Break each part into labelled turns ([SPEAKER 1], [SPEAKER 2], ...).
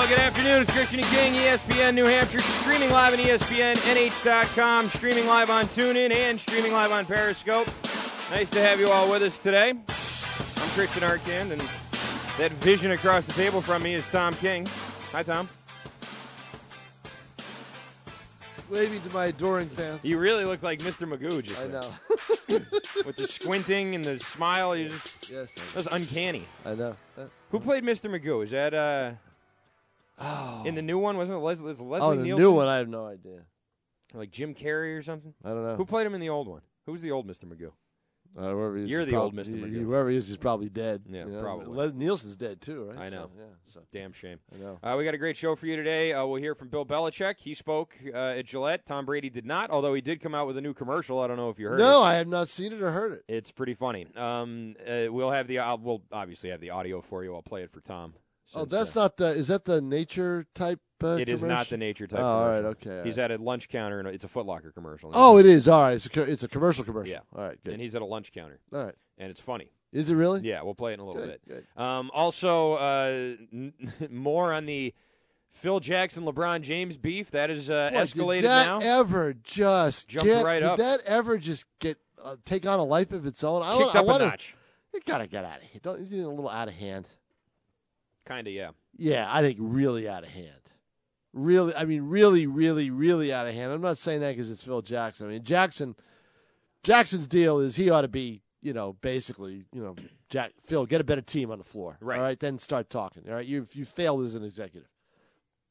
[SPEAKER 1] afternoon. It's Christian and King, E ESPN New Hampshire, streaming live on E ESPNNH.com, streaming live on TuneIn, and streaming live on Periscope. Nice to have you all with us today. I'm Christian Arcand, and that vision across the table from me is Tom King. Hi, Tom.
[SPEAKER 2] Waving to my adoring fans.
[SPEAKER 1] You really look like Mr. Magoo just
[SPEAKER 2] I
[SPEAKER 1] there.
[SPEAKER 2] know.
[SPEAKER 1] with the squinting and the smile. You just,
[SPEAKER 2] yes,
[SPEAKER 1] that's uncanny.
[SPEAKER 2] I know. Uh,
[SPEAKER 1] Who played Mr. Magoo? Is that uh, in the new one? Wasn't it Leslie, is it Oh. Leslie
[SPEAKER 2] Oh, the
[SPEAKER 1] Nielsen?
[SPEAKER 2] new one. I have no idea.
[SPEAKER 1] Like Jim Carrey or something?
[SPEAKER 2] I don't know.
[SPEAKER 1] Who played him in the old one? Who was the old Mr. Magoo?
[SPEAKER 2] Uh, whoever he is,
[SPEAKER 1] You're
[SPEAKER 2] he's
[SPEAKER 1] the old
[SPEAKER 2] prob-
[SPEAKER 1] Mr.
[SPEAKER 2] he-
[SPEAKER 1] Magoo.
[SPEAKER 2] Whoever he is, he's probably dead.
[SPEAKER 1] Yeah,
[SPEAKER 2] you know?
[SPEAKER 1] probably.
[SPEAKER 2] Les Nielsen's dead too, right?
[SPEAKER 1] I know.
[SPEAKER 2] So, yeah. So
[SPEAKER 1] Damn shame.
[SPEAKER 2] I know.
[SPEAKER 1] Uh, we got a great show for you today. Uh, we'll hear from Bill Belichick. He spoke uh, at Gillette. Tom Brady did not, although he did come out with a new commercial. I don't know if you heard.
[SPEAKER 2] No,
[SPEAKER 1] it.
[SPEAKER 2] I have not seen it or heard it.
[SPEAKER 1] it's pretty funny. Um, uh, we'll have the. Uh, we'll obviously have the audio for you. I'll play it for Tom.
[SPEAKER 2] Oh,
[SPEAKER 1] since,
[SPEAKER 2] that's
[SPEAKER 1] uh,
[SPEAKER 2] not the. Is that the nature type? Uh,
[SPEAKER 1] It is not the
[SPEAKER 2] commercial?
[SPEAKER 1] nature type.
[SPEAKER 2] Oh, all right,
[SPEAKER 1] commercial.
[SPEAKER 2] okay, all
[SPEAKER 1] He's at a lunch counter, and it's a Foot Locker commercial.
[SPEAKER 2] Oh, it is. All right. It's a, co- it's a commercial commercial.
[SPEAKER 1] Yeah.
[SPEAKER 2] All right.
[SPEAKER 1] and
[SPEAKER 2] Good.
[SPEAKER 1] he's at a lunch counter,
[SPEAKER 2] All right.
[SPEAKER 1] and it's funny.
[SPEAKER 2] Is it really?
[SPEAKER 1] Yeah, we'll play it in a little
[SPEAKER 2] Good,
[SPEAKER 1] bit. Um, also, uh, n- more on the Phil Jackson, LeBron James beef that is uh,
[SPEAKER 2] Boy,
[SPEAKER 1] escalated
[SPEAKER 2] did that
[SPEAKER 1] now.
[SPEAKER 2] ever just
[SPEAKER 1] Jumped
[SPEAKER 2] get,
[SPEAKER 1] right
[SPEAKER 2] did
[SPEAKER 1] up.
[SPEAKER 2] that ever just get uh, take on a life of its own? I,
[SPEAKER 1] Kicked
[SPEAKER 2] I
[SPEAKER 1] up
[SPEAKER 2] wanna,
[SPEAKER 1] a notch.
[SPEAKER 2] You gotta get out of here. Don't you think a little out of hand?
[SPEAKER 1] Kind of, yeah.
[SPEAKER 2] Yeah, I think really out of hand. Really, I mean, really, really, really out of hand. I'm not saying that because it's Phil Jackson. I mean, Jackson, Jackson's deal is he ought to be, you know, basically, you know, Jack, Phil, get a better team on the floor,
[SPEAKER 1] Right.
[SPEAKER 2] All right, then start talking. All right, you you failed as an executive,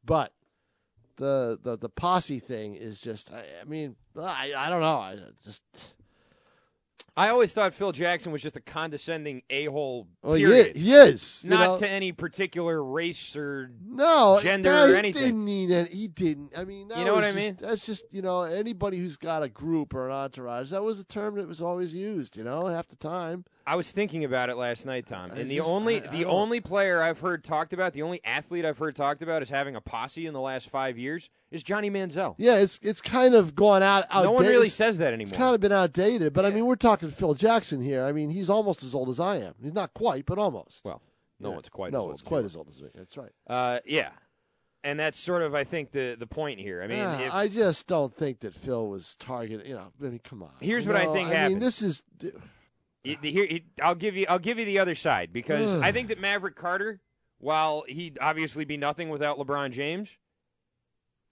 [SPEAKER 2] but the the the posse thing is just. I, I mean, I I don't know. I just
[SPEAKER 1] I always thought Phil Jackson was just a condescending a hole.
[SPEAKER 2] well, he
[SPEAKER 1] period.
[SPEAKER 2] is, he is you
[SPEAKER 1] Not
[SPEAKER 2] know?
[SPEAKER 1] to any particular race or.
[SPEAKER 2] No,
[SPEAKER 1] gender
[SPEAKER 2] no,
[SPEAKER 1] or
[SPEAKER 2] he
[SPEAKER 1] anything.
[SPEAKER 2] Didn't need any, he didn't. I mean, that
[SPEAKER 1] You know what
[SPEAKER 2] was
[SPEAKER 1] I
[SPEAKER 2] just-
[SPEAKER 1] mean?
[SPEAKER 2] That's just you know anybody who's got a group or an entourage. That was a term that was always used. You know, half the time.
[SPEAKER 1] I was thinking about it last night, Tom,
[SPEAKER 2] I
[SPEAKER 1] and the
[SPEAKER 2] just-
[SPEAKER 1] only
[SPEAKER 2] I- I
[SPEAKER 1] the
[SPEAKER 2] don't-
[SPEAKER 1] only player I've heard talked about, the only athlete I've heard talked about as having a posse in the last five years is Johnny Manziel.
[SPEAKER 2] Yeah, it's it's kind of gone out. Outdated.
[SPEAKER 1] no one really
[SPEAKER 2] It's-
[SPEAKER 1] says
[SPEAKER 2] Oh,
[SPEAKER 1] that
[SPEAKER 2] It's
[SPEAKER 1] anymore.
[SPEAKER 2] kind of been outdated, but I
[SPEAKER 1] Yeah.
[SPEAKER 2] mean, we're talking Phil Jackson here. I mean, he's almost as old as I am. He's not quite, but almost.
[SPEAKER 1] well, no
[SPEAKER 2] Yeah.
[SPEAKER 1] one's quite.
[SPEAKER 2] No,
[SPEAKER 1] as old
[SPEAKER 2] it's
[SPEAKER 1] as
[SPEAKER 2] quite
[SPEAKER 1] you.
[SPEAKER 2] as old as me. That's right.
[SPEAKER 1] Uh, yeah, and that's sort of I think the the point here. I mean,
[SPEAKER 2] Yeah,
[SPEAKER 1] if,
[SPEAKER 2] Ah, I just don't think that Phil was targeted. You know, I mean, come on.
[SPEAKER 1] Here's
[SPEAKER 2] You
[SPEAKER 1] what I
[SPEAKER 2] know,
[SPEAKER 1] think
[SPEAKER 2] I mean,
[SPEAKER 1] happened.
[SPEAKER 2] this is.
[SPEAKER 1] y- the- here y- I'll give you I'll give you the other side because
[SPEAKER 2] Ugh.
[SPEAKER 1] I think that Maverick Carter, while he'd obviously be nothing without LeBron James,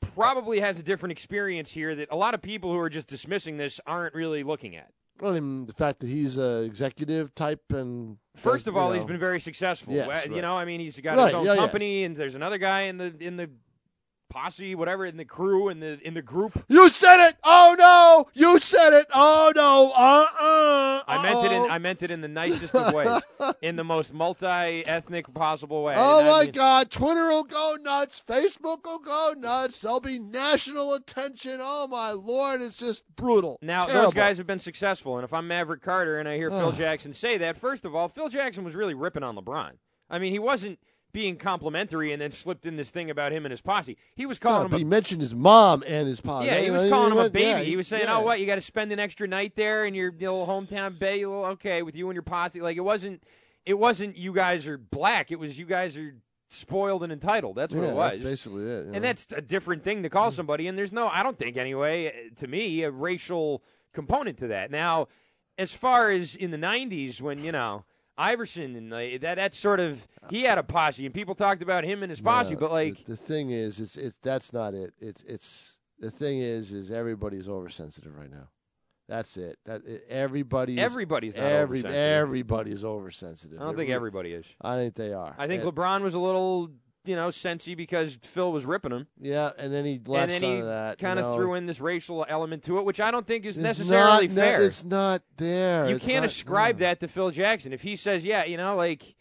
[SPEAKER 1] probably has a different experience here that a lot of people who are just dismissing this aren't really looking at.
[SPEAKER 2] Well, and the fact that he's a executive type and
[SPEAKER 1] First
[SPEAKER 2] does,
[SPEAKER 1] of
[SPEAKER 2] you
[SPEAKER 1] all,
[SPEAKER 2] know,
[SPEAKER 1] he's been very successful.
[SPEAKER 2] Yes,
[SPEAKER 1] Well, You
[SPEAKER 2] right.
[SPEAKER 1] know, I mean, he's got
[SPEAKER 2] Right,
[SPEAKER 1] his own
[SPEAKER 2] yeah, yes.
[SPEAKER 1] company, and there's another guy in the in the posse, whatever, in the crew, in the in the group
[SPEAKER 2] You said it. Oh no! You said it. Oh no! Uh uh.
[SPEAKER 1] I meant it in I meant it in the nicest of ways, in the most multi-ethnic possible way.
[SPEAKER 2] Oh
[SPEAKER 1] And I
[SPEAKER 2] my
[SPEAKER 1] mean-
[SPEAKER 2] God! Twitter will go nuts. Facebook will go nuts. There'll be national attention. Oh my Lord! It's just brutal.
[SPEAKER 1] Now
[SPEAKER 2] Terrible.
[SPEAKER 1] those guys have been successful, and if I'm Maverick Carter and I hear Phil Jackson say that, first of all, Phil Jackson was really ripping on LeBron. I mean, he wasn't being complimentary and then slipped in this thing about him and his posse. He was
[SPEAKER 2] No,
[SPEAKER 1] calling
[SPEAKER 2] Oh, but he
[SPEAKER 1] him
[SPEAKER 2] mentioned his mom and his
[SPEAKER 1] a
[SPEAKER 2] pop.
[SPEAKER 1] yeah, he
[SPEAKER 2] You
[SPEAKER 1] was
[SPEAKER 2] know,
[SPEAKER 1] calling him a
[SPEAKER 2] went-
[SPEAKER 1] baby.
[SPEAKER 2] yeah,
[SPEAKER 1] he was saying,
[SPEAKER 2] yeah.
[SPEAKER 1] "Oh, what? You got to spend an extra night there in your little hometown bay, little okay, with you and your posse." Like it wasn't, it wasn't. You guys are black. It was you guys are spoiled and entitled. That's what
[SPEAKER 2] Yeah,
[SPEAKER 1] it was.
[SPEAKER 2] that's basically it. you know. Mm-hmm.
[SPEAKER 1] And that's a different thing to call somebody. And there's no, I don't think anyway, uh, to me, a racial component to that. Now, as far as in the '90s, when you know Iverson and like, that, that sort of he had a posse, and people talked about him and his posse,
[SPEAKER 2] No,
[SPEAKER 1] but
[SPEAKER 2] the-
[SPEAKER 1] like
[SPEAKER 2] the, thing is, it's it's that's not it. It's it's the thing is, is everybody's oversensitive right now. That's it. That it- everybody's
[SPEAKER 1] everybody's not
[SPEAKER 2] every
[SPEAKER 1] oversensitive.
[SPEAKER 2] everybody's oversensitive.
[SPEAKER 1] I don't
[SPEAKER 2] It
[SPEAKER 1] think
[SPEAKER 2] re-
[SPEAKER 1] everybody is.
[SPEAKER 2] I think they are.
[SPEAKER 1] I think
[SPEAKER 2] And-
[SPEAKER 1] LeBron was a little, you know, sensy because Phil was ripping him,
[SPEAKER 2] yeah, and then he latched
[SPEAKER 1] and then he
[SPEAKER 2] onto that. you
[SPEAKER 1] kind of
[SPEAKER 2] know.
[SPEAKER 1] threw in this racial element to it, which I don't think is
[SPEAKER 2] It's
[SPEAKER 1] necessarily
[SPEAKER 2] not,
[SPEAKER 1] fair.
[SPEAKER 2] ne- it's not there.
[SPEAKER 1] You
[SPEAKER 2] It's
[SPEAKER 1] can't
[SPEAKER 2] not-
[SPEAKER 1] ascribe
[SPEAKER 2] no.
[SPEAKER 1] that to Phil Jackson if he says, "Yeah, you know, like,"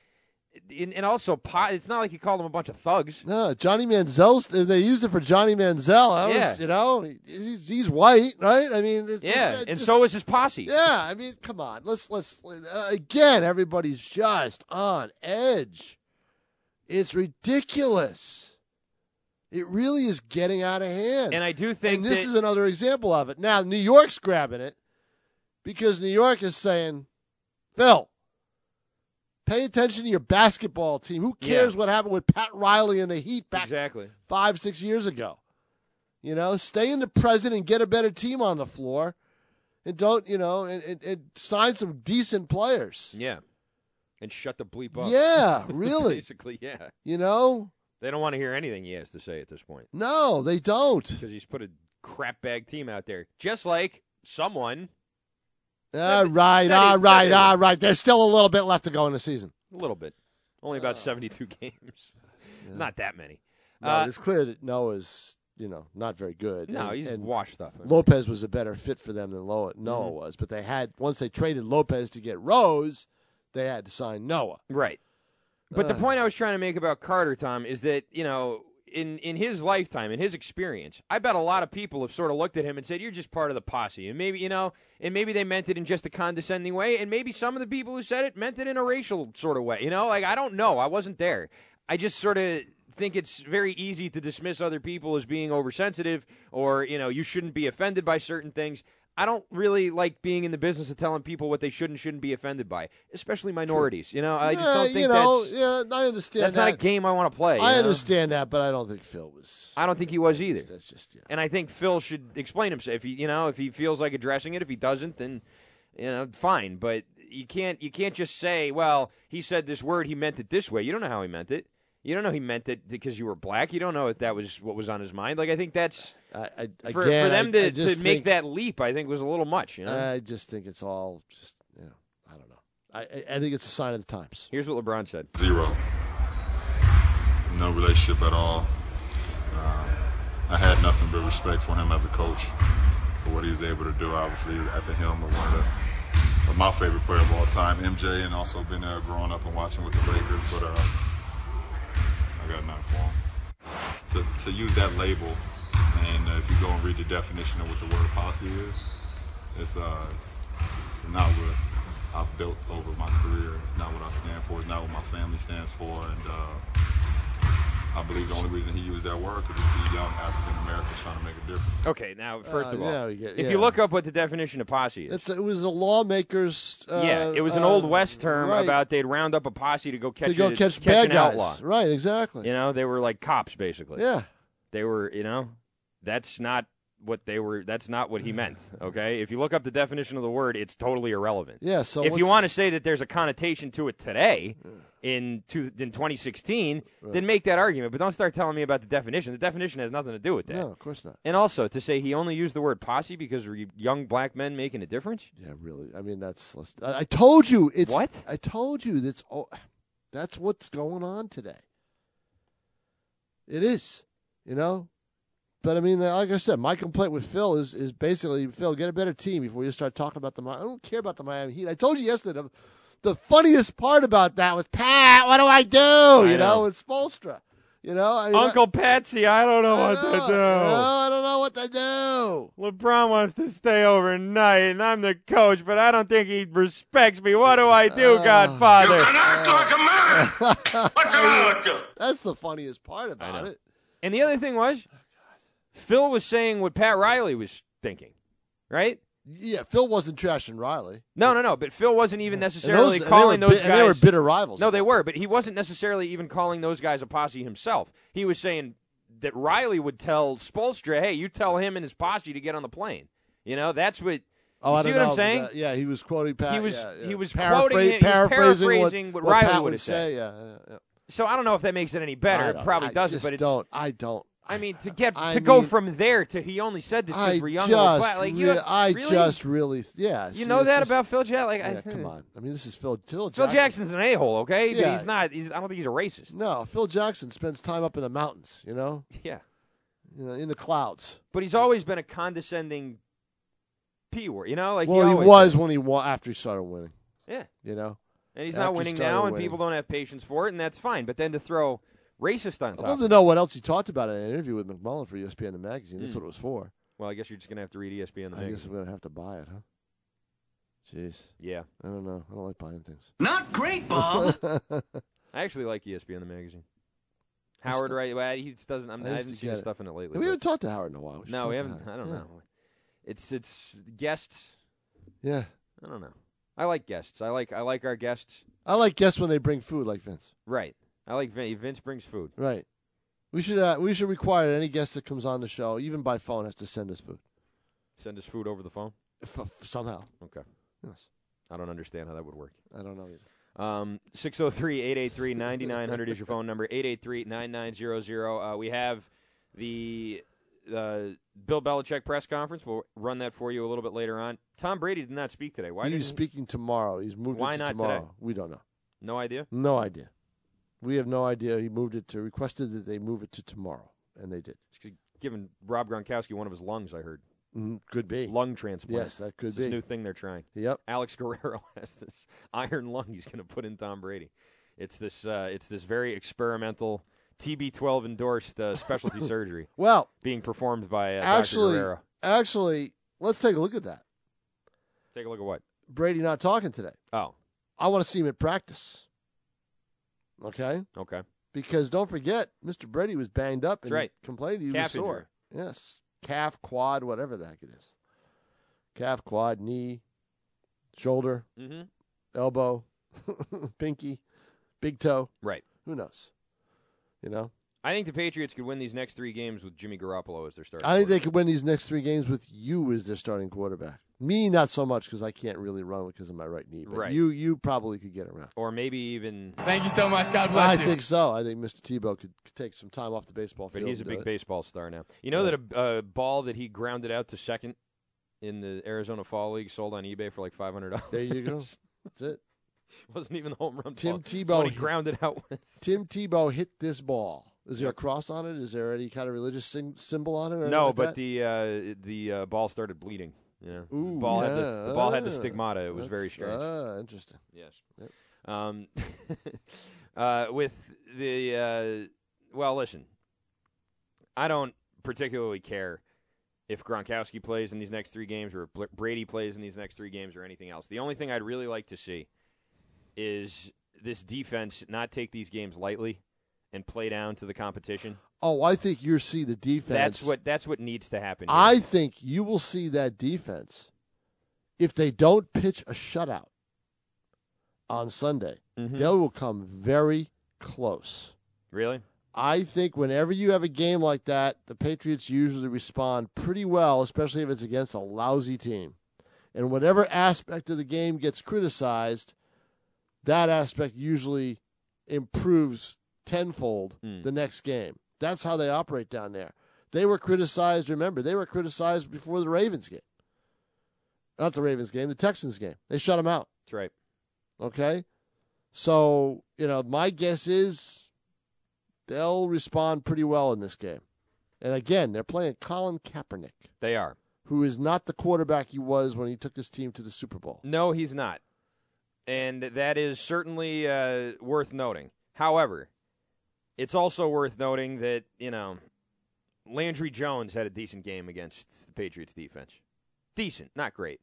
[SPEAKER 1] and, and also, pot, it's not like he called them a bunch of thugs.
[SPEAKER 2] No, Johnny Manziel's. They used it for Johnny Manziel. I
[SPEAKER 1] Yeah.
[SPEAKER 2] was, you know, he- he's, he's white, right? I mean, it's,
[SPEAKER 1] Yeah,
[SPEAKER 2] it's-
[SPEAKER 1] and
[SPEAKER 2] just-
[SPEAKER 1] so is his posse.
[SPEAKER 2] Yeah, I mean, come on. Let's let's uh, again. Everybody's just on edge. It's ridiculous. It really is getting out of hand.
[SPEAKER 1] And I do think
[SPEAKER 2] And this
[SPEAKER 1] that,
[SPEAKER 2] is another example of it. Now New York's grabbing it because New York is saying, "Phil, Pay attention to your basketball team. Who cares
[SPEAKER 1] Yeah.
[SPEAKER 2] what happened with Pat Riley and the Heat back
[SPEAKER 1] Exactly.
[SPEAKER 2] five, six years ago? You know, stay in the present and get a better team on the floor, and don't you know, and, and, and sign some decent players.
[SPEAKER 1] Yeah. And shut the bleep up.
[SPEAKER 2] Yeah, really.
[SPEAKER 1] Basically, yeah.
[SPEAKER 2] You know,
[SPEAKER 1] They don't want to hear anything he has to say at this point
[SPEAKER 2] no, they don't.
[SPEAKER 1] because he's put a crap bag team out there. Just like someone,
[SPEAKER 2] All right, all
[SPEAKER 1] said
[SPEAKER 2] right,
[SPEAKER 1] it.
[SPEAKER 2] all right. There's still a little bit left to go in the season.
[SPEAKER 1] a little bit, only about 72 games. Not that many.
[SPEAKER 2] Uh. No,
[SPEAKER 1] Uh,
[SPEAKER 2] it's clear that Noah's, you know, not very good.
[SPEAKER 1] no,
[SPEAKER 2] and,
[SPEAKER 1] he's
[SPEAKER 2] and
[SPEAKER 1] washed up.
[SPEAKER 2] Lopez was a better fit for them than Lo- Noah
[SPEAKER 1] Mm-hmm.
[SPEAKER 2] was. But they had once they traded Lopez to get Rose, they had to sign Noah.
[SPEAKER 1] Right. But the
[SPEAKER 2] Uh.
[SPEAKER 1] point I was trying to make about Carter, Tom, is that, you know, in, in his lifetime, in his experience, I bet a lot of people have sort of looked at him and said, You're just part of the posse. And maybe, you know, and maybe they meant it in just a condescending way. And maybe some of the people who said it meant it in a racial sort of way. You know, like, I don't know. I wasn't there. I just sort of think it's very easy to dismiss other people as being oversensitive or, you know, you shouldn't be offended by certain things. I don't really like being in the business of telling people what they should and shouldn't be offended by, especially minorities. You know, I just
[SPEAKER 2] Yeah,
[SPEAKER 1] don't
[SPEAKER 2] Eh, Uh, you
[SPEAKER 1] think
[SPEAKER 2] know,
[SPEAKER 1] that's
[SPEAKER 2] yeah, I understand
[SPEAKER 1] that's
[SPEAKER 2] that.
[SPEAKER 1] not a game I want to play. you
[SPEAKER 2] I
[SPEAKER 1] know?
[SPEAKER 2] understand that, but I don't think Phil was.
[SPEAKER 1] I don't think he was either.
[SPEAKER 2] That's just yeah.
[SPEAKER 1] And I think Phil should explain himself. If he, you know, if he feels like addressing it, if he doesn't, then you know, fine. But you can't you can't just say, well, he said this word, he meant it this way. You don't know how he meant it. You don't know he meant it because you were black. You don't know if that was what was on his mind. Like I think that's
[SPEAKER 2] I, I,
[SPEAKER 1] for, for
[SPEAKER 2] again, I-
[SPEAKER 1] them to,
[SPEAKER 2] I
[SPEAKER 1] to
[SPEAKER 2] just
[SPEAKER 1] make
[SPEAKER 2] think, Uh,
[SPEAKER 1] that leap. I think was a little much. You know?
[SPEAKER 2] I just think it's all just you know. I don't know. I I- I think it's a sign of the times.
[SPEAKER 1] Here's what LeBron said.
[SPEAKER 3] Zero. No relationship at all. Uh, I had nothing but respect for him as a coach for what he was able to do. Obviously, at the helm of one of, the, of my favorite player of all time, MJ, and also been there growing up and watching with the Lakers. But uh, I got nothing for him. To, to use that label, and uh, if you go and read the definition of what the word posse is, it's, uh, it's, it's not what I've built over my career. It's not what I stand for. It's not what my family stands for. And uh, I believe the only reason he used that word because he see young African Americans trying to make a difference.
[SPEAKER 1] Okay, now first
[SPEAKER 2] Uh,
[SPEAKER 1] of all,
[SPEAKER 2] yeah, we get-
[SPEAKER 1] if
[SPEAKER 2] yeah.
[SPEAKER 1] you look up what the definition of posse is,
[SPEAKER 2] It's it was a lawmaker's. Uh,
[SPEAKER 1] yeah, it was an
[SPEAKER 2] uh,
[SPEAKER 1] old west term
[SPEAKER 2] right,
[SPEAKER 1] about they'd round up a posse to go catch
[SPEAKER 2] to go
[SPEAKER 1] a-
[SPEAKER 2] catch,
[SPEAKER 1] catch
[SPEAKER 2] bad
[SPEAKER 1] an
[SPEAKER 2] guys.
[SPEAKER 1] outlaw.
[SPEAKER 2] Right, exactly.
[SPEAKER 1] You know, they were like cops basically.
[SPEAKER 2] Yeah.
[SPEAKER 1] They were, you know, that's not what they were that's not what he meant, okay? If you look up the definition of the word, it's totally irrelevant.
[SPEAKER 2] Yeah. So
[SPEAKER 1] if you
[SPEAKER 2] what's-
[SPEAKER 1] want to say that there's a connotation to it today in two, in 2016, then make that argument, but don't start telling me about the definition. The definition has nothing to do with that.
[SPEAKER 2] no, of course not.
[SPEAKER 1] And also to say he only used the word posse because were you young black men making a difference?
[SPEAKER 2] Yeah, really. I mean, that's. let's- I, I told you it's.
[SPEAKER 1] What?
[SPEAKER 2] I told you that's. Oh, that's what's going on today. It is, you know, but I mean, like I said, my complaint with Phil is is basically Phil get a better team before you start talking about the. Mi- I don't care about the Miami Heat. I told you yesterday. The, the funniest part about that was Pat. What do I do? you know,
[SPEAKER 1] know.
[SPEAKER 2] with Spolstra. You know, I mean,
[SPEAKER 1] Uncle Patsy, I don't know
[SPEAKER 2] I, I
[SPEAKER 1] what
[SPEAKER 2] know, you
[SPEAKER 1] to
[SPEAKER 2] know, I don't know what to do.
[SPEAKER 1] do. LeBron wants to stay overnight, and I'm the coach, but I don't think he respects me. What do I
[SPEAKER 2] Ah.
[SPEAKER 1] do, Godfather?
[SPEAKER 3] act like a man. What's the matter with you?
[SPEAKER 2] That's the funniest part about it.
[SPEAKER 1] And the other thing was,
[SPEAKER 2] Oh,
[SPEAKER 1] Phil was saying what Pat Riley was thinking, right?
[SPEAKER 2] Yeah, Phil wasn't trashing Riley.
[SPEAKER 1] No, no, no. But Phil wasn't even
[SPEAKER 2] And
[SPEAKER 1] necessarily
[SPEAKER 2] those- and
[SPEAKER 1] calling
[SPEAKER 2] they were, bi-
[SPEAKER 1] those
[SPEAKER 2] and they were
[SPEAKER 1] guys.
[SPEAKER 2] bitter rivals.
[SPEAKER 1] No, they were, but he wasn't necessarily even calling those guys a posse himself. He was saying that Riley would tell Spolstra, "Hey, you tell him and his posse to get on the plane." You know, that's what.
[SPEAKER 2] Oh,
[SPEAKER 1] you
[SPEAKER 2] I
[SPEAKER 1] see
[SPEAKER 2] don't
[SPEAKER 1] what
[SPEAKER 2] know.
[SPEAKER 1] I'm saying?
[SPEAKER 2] That- yeah, he was quoting Pat.
[SPEAKER 1] He was-
[SPEAKER 2] yeah, yeah.
[SPEAKER 1] he was
[SPEAKER 2] Paraphrase-
[SPEAKER 1] quoting it- he was
[SPEAKER 2] paraphrasing,
[SPEAKER 1] paraphrasing
[SPEAKER 2] what,
[SPEAKER 1] what Riley
[SPEAKER 2] Pat
[SPEAKER 1] would have
[SPEAKER 2] say.
[SPEAKER 1] said.
[SPEAKER 2] Yeah, yeah, yeah.
[SPEAKER 1] So I don't know if that makes it any
[SPEAKER 2] I
[SPEAKER 1] better. It
[SPEAKER 2] don't-
[SPEAKER 1] probably
[SPEAKER 2] I
[SPEAKER 1] doesn't,
[SPEAKER 2] just
[SPEAKER 1] but it's
[SPEAKER 2] don't. I don't.
[SPEAKER 1] I mean, to get
[SPEAKER 2] I
[SPEAKER 1] to go
[SPEAKER 2] mean-
[SPEAKER 1] from there to he only said this
[SPEAKER 2] I
[SPEAKER 1] because we're young and we're
[SPEAKER 2] just,
[SPEAKER 1] black. Like you,
[SPEAKER 2] rea-
[SPEAKER 1] have-
[SPEAKER 2] I
[SPEAKER 1] really?
[SPEAKER 2] just really, yeah. see,
[SPEAKER 1] you know
[SPEAKER 2] it's
[SPEAKER 1] that
[SPEAKER 2] just-
[SPEAKER 1] about Phil Jackson? Like,
[SPEAKER 2] Yeah,
[SPEAKER 1] I,
[SPEAKER 2] come on. I mean, this is Phil. Phil
[SPEAKER 1] Phil
[SPEAKER 2] Jackson.
[SPEAKER 1] Jackson's an a hole, okay? But
[SPEAKER 2] Yeah.
[SPEAKER 1] he's not. He's, I don't think he's a racist.
[SPEAKER 2] No, Phil Jackson spends time up in the mountains. You know,
[SPEAKER 1] Yeah,
[SPEAKER 2] you know, in the clouds.
[SPEAKER 1] but he's always been a condescending p word. You know, like
[SPEAKER 2] well, he,
[SPEAKER 1] always-
[SPEAKER 2] was when he won after he started winning.
[SPEAKER 1] Yeah,
[SPEAKER 2] You know,
[SPEAKER 1] and he's
[SPEAKER 2] After
[SPEAKER 1] not
[SPEAKER 2] he
[SPEAKER 1] winning
[SPEAKER 2] started
[SPEAKER 1] now, and
[SPEAKER 2] winning.
[SPEAKER 1] people don't have patience for it, and that's fine. But then to throw racist on
[SPEAKER 2] I'd love
[SPEAKER 1] top.
[SPEAKER 2] to know what else he talked about in an interview with McMullen for E ESPN the magazine. That's what it was for.
[SPEAKER 1] Well, I guess you're just gonna have to read E ESPN. Hmm. The
[SPEAKER 2] I guess
[SPEAKER 1] magazine.
[SPEAKER 2] I'm gonna have to buy it, huh? Jeez,
[SPEAKER 1] Yeah,
[SPEAKER 2] I don't know. I don't like buying things.
[SPEAKER 4] Not great, Bob.
[SPEAKER 1] I actually like E ESPN. The magazine. Howard, right? Well, he just doesn't. I'm,
[SPEAKER 2] I
[SPEAKER 1] I,
[SPEAKER 2] used
[SPEAKER 1] haven't
[SPEAKER 2] to
[SPEAKER 1] seen
[SPEAKER 2] get
[SPEAKER 1] his
[SPEAKER 2] it.
[SPEAKER 1] stuff in it lately.
[SPEAKER 2] we
[SPEAKER 1] but-
[SPEAKER 2] haven't talked to Howard in a while. should
[SPEAKER 1] No, we
[SPEAKER 2] talk to
[SPEAKER 1] haven't. I
[SPEAKER 2] Howard.
[SPEAKER 1] don't
[SPEAKER 2] Uh, Yeah.
[SPEAKER 1] know. It's it's guests.
[SPEAKER 2] Yeah,
[SPEAKER 1] I don't know. I like guests. I like I like our guests.
[SPEAKER 2] I like guests when they bring food, like Vince.
[SPEAKER 1] Right. I like Vince. Vince brings food.
[SPEAKER 2] Right. We should uh, we should require any guest that comes on the show, even by phone, has to send us food
[SPEAKER 1] Send us food over the phone.
[SPEAKER 2] F- f- somehow.
[SPEAKER 1] Okay.
[SPEAKER 2] Yes,
[SPEAKER 1] I don't understand how that would work.
[SPEAKER 2] I don't know either.
[SPEAKER 1] Um, 603-883-9900 is your phone number. 883-9900. Uh, we have the uh, Bill Belichick press conference. We'll run that for you a little bit later on. Tom Brady did not speak today. Why did
[SPEAKER 2] He's speaking tomorrow. He's moved
[SPEAKER 1] Why
[SPEAKER 2] it to
[SPEAKER 1] not
[SPEAKER 2] tomorrow.
[SPEAKER 1] today?
[SPEAKER 2] We don't know.
[SPEAKER 1] No idea.
[SPEAKER 2] No idea. We have no idea. He moved it to requested that they move it to tomorrow, and they did.
[SPEAKER 1] He's giving Rob Gronkowski one of his lungs, I heard.
[SPEAKER 2] Mm, could be.
[SPEAKER 1] Lung transplant.
[SPEAKER 2] Yes, that could
[SPEAKER 1] It's this
[SPEAKER 2] be.
[SPEAKER 1] new thing they're trying.
[SPEAKER 2] Yep.
[SPEAKER 1] Alex Guerrero has this iron lung he's going to put in Tom Brady. It's this uh, it's this very experimental TB12 endorsed uh, specialty surgery
[SPEAKER 2] Well,
[SPEAKER 1] being performed by uh,
[SPEAKER 2] actually,
[SPEAKER 1] Dr. Guerrero.
[SPEAKER 2] actually, let's take a look at that.
[SPEAKER 1] Take a look at what?
[SPEAKER 2] Brady not talking today.
[SPEAKER 1] Oh,
[SPEAKER 2] I want to see him at practice. Okay,
[SPEAKER 1] okay.
[SPEAKER 2] because don't forget, Mr. Brady was banged up and
[SPEAKER 1] That's right.
[SPEAKER 2] complained he was
[SPEAKER 1] Calf
[SPEAKER 2] sore. Yes, calf, quad, whatever the heck it is. Calf, quad, knee, shoulder,
[SPEAKER 1] Mm-hmm.
[SPEAKER 2] elbow, pinky, big toe.
[SPEAKER 1] Right.
[SPEAKER 2] Who knows? You know,
[SPEAKER 1] I think the Patriots could win these next three games with Jimmy Garoppolo as their starter.
[SPEAKER 2] I think they could win these next three games with you as their starting quarterback. Me, not so much because I can't really run because of my right knee. But
[SPEAKER 1] Right.
[SPEAKER 2] you, you probably could get around.
[SPEAKER 1] or maybe even.
[SPEAKER 4] Thank you so much. God
[SPEAKER 2] I
[SPEAKER 4] bless you.
[SPEAKER 2] think so. I think Mr. Tebow could, could take some time off the baseball
[SPEAKER 1] But
[SPEAKER 2] field.
[SPEAKER 1] he's a
[SPEAKER 2] and
[SPEAKER 1] big
[SPEAKER 2] do it.
[SPEAKER 1] baseball star now. You know
[SPEAKER 2] Yeah.
[SPEAKER 1] that a, a ball that he grounded out to second in the Arizona Fall League sold on eBay for like five hundred dollars.
[SPEAKER 2] There you go. That's it.
[SPEAKER 1] Wasn't even the home run.
[SPEAKER 2] Tim
[SPEAKER 1] ball.
[SPEAKER 2] Tebow
[SPEAKER 1] Somebody
[SPEAKER 2] hit-
[SPEAKER 1] grounded out with.
[SPEAKER 2] Tim Tebow hit this ball. Is there a cross on it? Is there any kind of religious syn- symbol on it? or anything
[SPEAKER 1] No,
[SPEAKER 2] like
[SPEAKER 1] but
[SPEAKER 2] that?
[SPEAKER 1] the uh, the uh, ball started bleeding. Yeah,
[SPEAKER 2] Ooh,
[SPEAKER 1] the ball had the,
[SPEAKER 2] yeah.
[SPEAKER 1] the ball had the
[SPEAKER 2] Ah,
[SPEAKER 1] stigmata. It was very
[SPEAKER 2] that's,
[SPEAKER 1] strange.
[SPEAKER 2] ah, interesting.
[SPEAKER 1] Yes.
[SPEAKER 2] Yep.
[SPEAKER 1] Um, uh, with the uh, well, listen, I don't particularly care if Gronkowski plays in these next three games, or Bl- Brady plays in these next three games, or anything else. The only thing I'd really like to see is this defense not take these games lightly and play down to the competition.
[SPEAKER 2] Oh, I think you see the defense.
[SPEAKER 1] That's what that's what needs to happen. here.
[SPEAKER 2] I think you will see that defense if they don't pitch a shutout on Sunday.
[SPEAKER 1] Mhm.
[SPEAKER 2] They will come very close.
[SPEAKER 1] really
[SPEAKER 2] I think whenever you have a game like that, the Patriots usually respond pretty well, especially if it's against a lousy team. And whatever aspect of the game gets criticized, that aspect usually improves tenfold
[SPEAKER 1] Hmm.
[SPEAKER 2] the next game. That's how they operate down there. They were criticized, remember, they were criticized before the Ravens game. Not the Ravens game, the Texans game. They shut them out.
[SPEAKER 1] that's right.
[SPEAKER 2] Okay. So, you know, my guess is they'll respond pretty well in this game. And again, they're playing Colin Kaepernick,
[SPEAKER 1] They are.
[SPEAKER 2] who is not the quarterback he was when he took his team to the Super Bowl.
[SPEAKER 1] No, he's not. And that is certainly uh, worth noting. However, it's also worth noting that, you know, Landry Jones had a decent game against the Patriots defense. Decent, not great.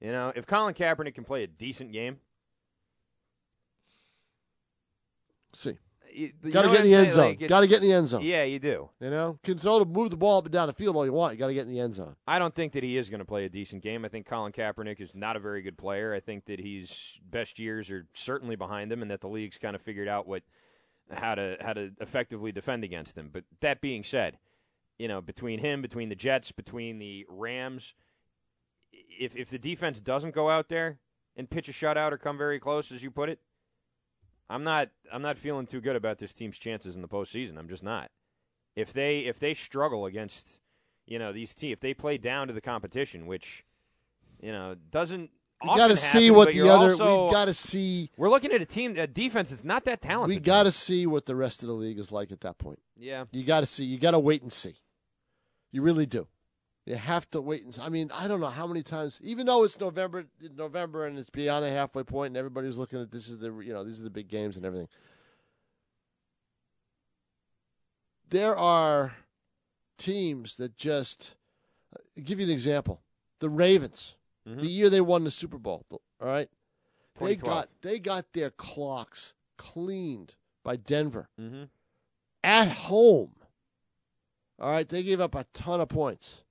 [SPEAKER 1] You know, if Colin Kaepernick can play a decent game,
[SPEAKER 2] See.
[SPEAKER 1] you, you
[SPEAKER 2] Got to
[SPEAKER 1] know
[SPEAKER 2] get
[SPEAKER 1] what
[SPEAKER 2] in the
[SPEAKER 1] I'm
[SPEAKER 2] end
[SPEAKER 1] saying?
[SPEAKER 2] zone.
[SPEAKER 1] Like, it's-
[SPEAKER 2] Got to get in the end zone.
[SPEAKER 1] Yeah, you do.
[SPEAKER 2] You know, can throw to move the ball up and down the field all you want. You got to get in the end zone.
[SPEAKER 1] I don't think that he is going to play a decent game. I think Colin Kaepernick is not a very good player. I think that his best years are certainly behind him, and that the league's kind of figured out what how to how to effectively defend against him. But that being said, you know, between him, between the Jets, between the Rams, if if the defense doesn't go out there and pitch a shutout or come very close, as you put it, I'm not I'm not feeling too good about this team's chances in the postseason. I'm just not. If they if they struggle against you know these teams, if they play down to the competition, which you know doesn't.
[SPEAKER 2] We got to
[SPEAKER 1] often
[SPEAKER 2] see
[SPEAKER 1] happen,
[SPEAKER 2] what
[SPEAKER 1] but
[SPEAKER 2] the
[SPEAKER 1] you're
[SPEAKER 2] other.
[SPEAKER 1] also-
[SPEAKER 2] we got to see.
[SPEAKER 1] we're looking at a team, a defense that's not that talented.
[SPEAKER 2] We got to see what the rest of the league is like at that point.
[SPEAKER 1] Yeah.
[SPEAKER 2] You got to see. You got to wait and see. You really do. You have to wait and. s- I mean, I don't know how many times. Even though it's November, November, and it's beyond the halfway point, and everybody's looking at this is the you know these are the big games and everything. There are teams that just I'll give you an example. The Ravens,
[SPEAKER 1] Mhm.
[SPEAKER 2] the year they won the Super Bowl. th- All right, they
[SPEAKER 1] 2012.
[SPEAKER 2] got they got their clocks cleaned by Denver
[SPEAKER 1] Mm-hmm.
[SPEAKER 2] at home. All right, they gave up a ton of points.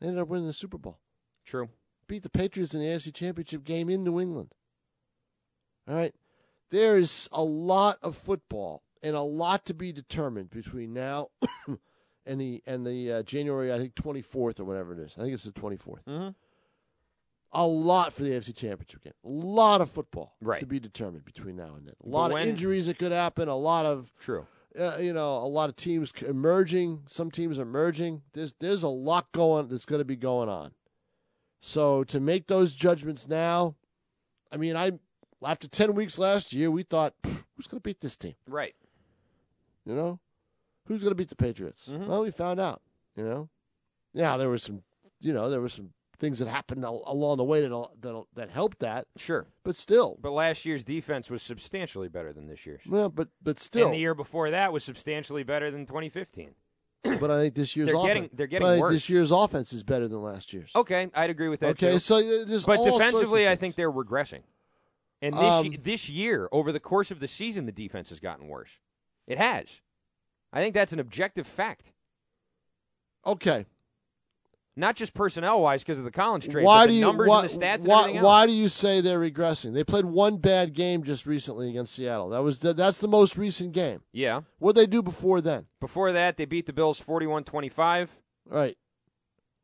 [SPEAKER 2] They ended up winning the Super Bowl.
[SPEAKER 1] True.
[SPEAKER 2] Beat the Patriots in the AFC Championship game in New England. All right, There is a lot of football and a lot to be determined between now and the and the uh, January I think 24th or whatever it is. I think it's the 24th.
[SPEAKER 1] Mm-hmm.
[SPEAKER 2] A lot for the AFC Championship game. A lot of football
[SPEAKER 1] Right.
[SPEAKER 2] to be determined between now and then. A lot
[SPEAKER 1] when-
[SPEAKER 2] of injuries that could happen. A lot of
[SPEAKER 1] True.
[SPEAKER 2] uh, you know, a lot of teams c- emerging. Some teams emerging. There's there's a lot going that's going to be going on. So to make those judgments now, I mean, I after ten weeks last year, we thought "Pff, who's going to beat this team?
[SPEAKER 1] Right.
[SPEAKER 2] You know, who's going to beat the Patriots?
[SPEAKER 1] Mhm.
[SPEAKER 2] Well, we found out. You know, now there was some, you know, there were some things that happened al- along the way that al- that al- that helped that,
[SPEAKER 1] Sure.
[SPEAKER 2] but still,
[SPEAKER 1] But last year's defense was substantially better than this year's.
[SPEAKER 2] well, but but still,
[SPEAKER 1] And the year before that was substantially better than 2015.
[SPEAKER 2] but I think this year's
[SPEAKER 1] They're
[SPEAKER 2] offense,
[SPEAKER 1] getting- they're getting
[SPEAKER 2] but I think
[SPEAKER 1] worse.
[SPEAKER 2] this year's offense is better than last year's.
[SPEAKER 1] Okay, I'd agree with that.
[SPEAKER 2] Okay,
[SPEAKER 1] too.
[SPEAKER 2] so uh, there's
[SPEAKER 1] but
[SPEAKER 2] all sorts of
[SPEAKER 1] defensively, I
[SPEAKER 2] things.
[SPEAKER 1] think they're regressing. And this
[SPEAKER 2] Um,
[SPEAKER 1] ye- this year, over the course of the season, the defense has gotten worse. It has. I think that's an objective fact,
[SPEAKER 2] okay.
[SPEAKER 1] not just personnel wise because of the Collins trade.
[SPEAKER 2] why
[SPEAKER 1] but
[SPEAKER 2] do
[SPEAKER 1] the
[SPEAKER 2] you
[SPEAKER 1] numbers
[SPEAKER 2] why,
[SPEAKER 1] and the stats
[SPEAKER 2] why,
[SPEAKER 1] and everything
[SPEAKER 2] why
[SPEAKER 1] else.
[SPEAKER 2] do you say they're regressing? They played one bad game just recently against Seattle. That was the, that's the most recent game.
[SPEAKER 1] Yeah.
[SPEAKER 2] What they do before then?
[SPEAKER 1] Before that, they beat the Bills 41-25.
[SPEAKER 2] All right.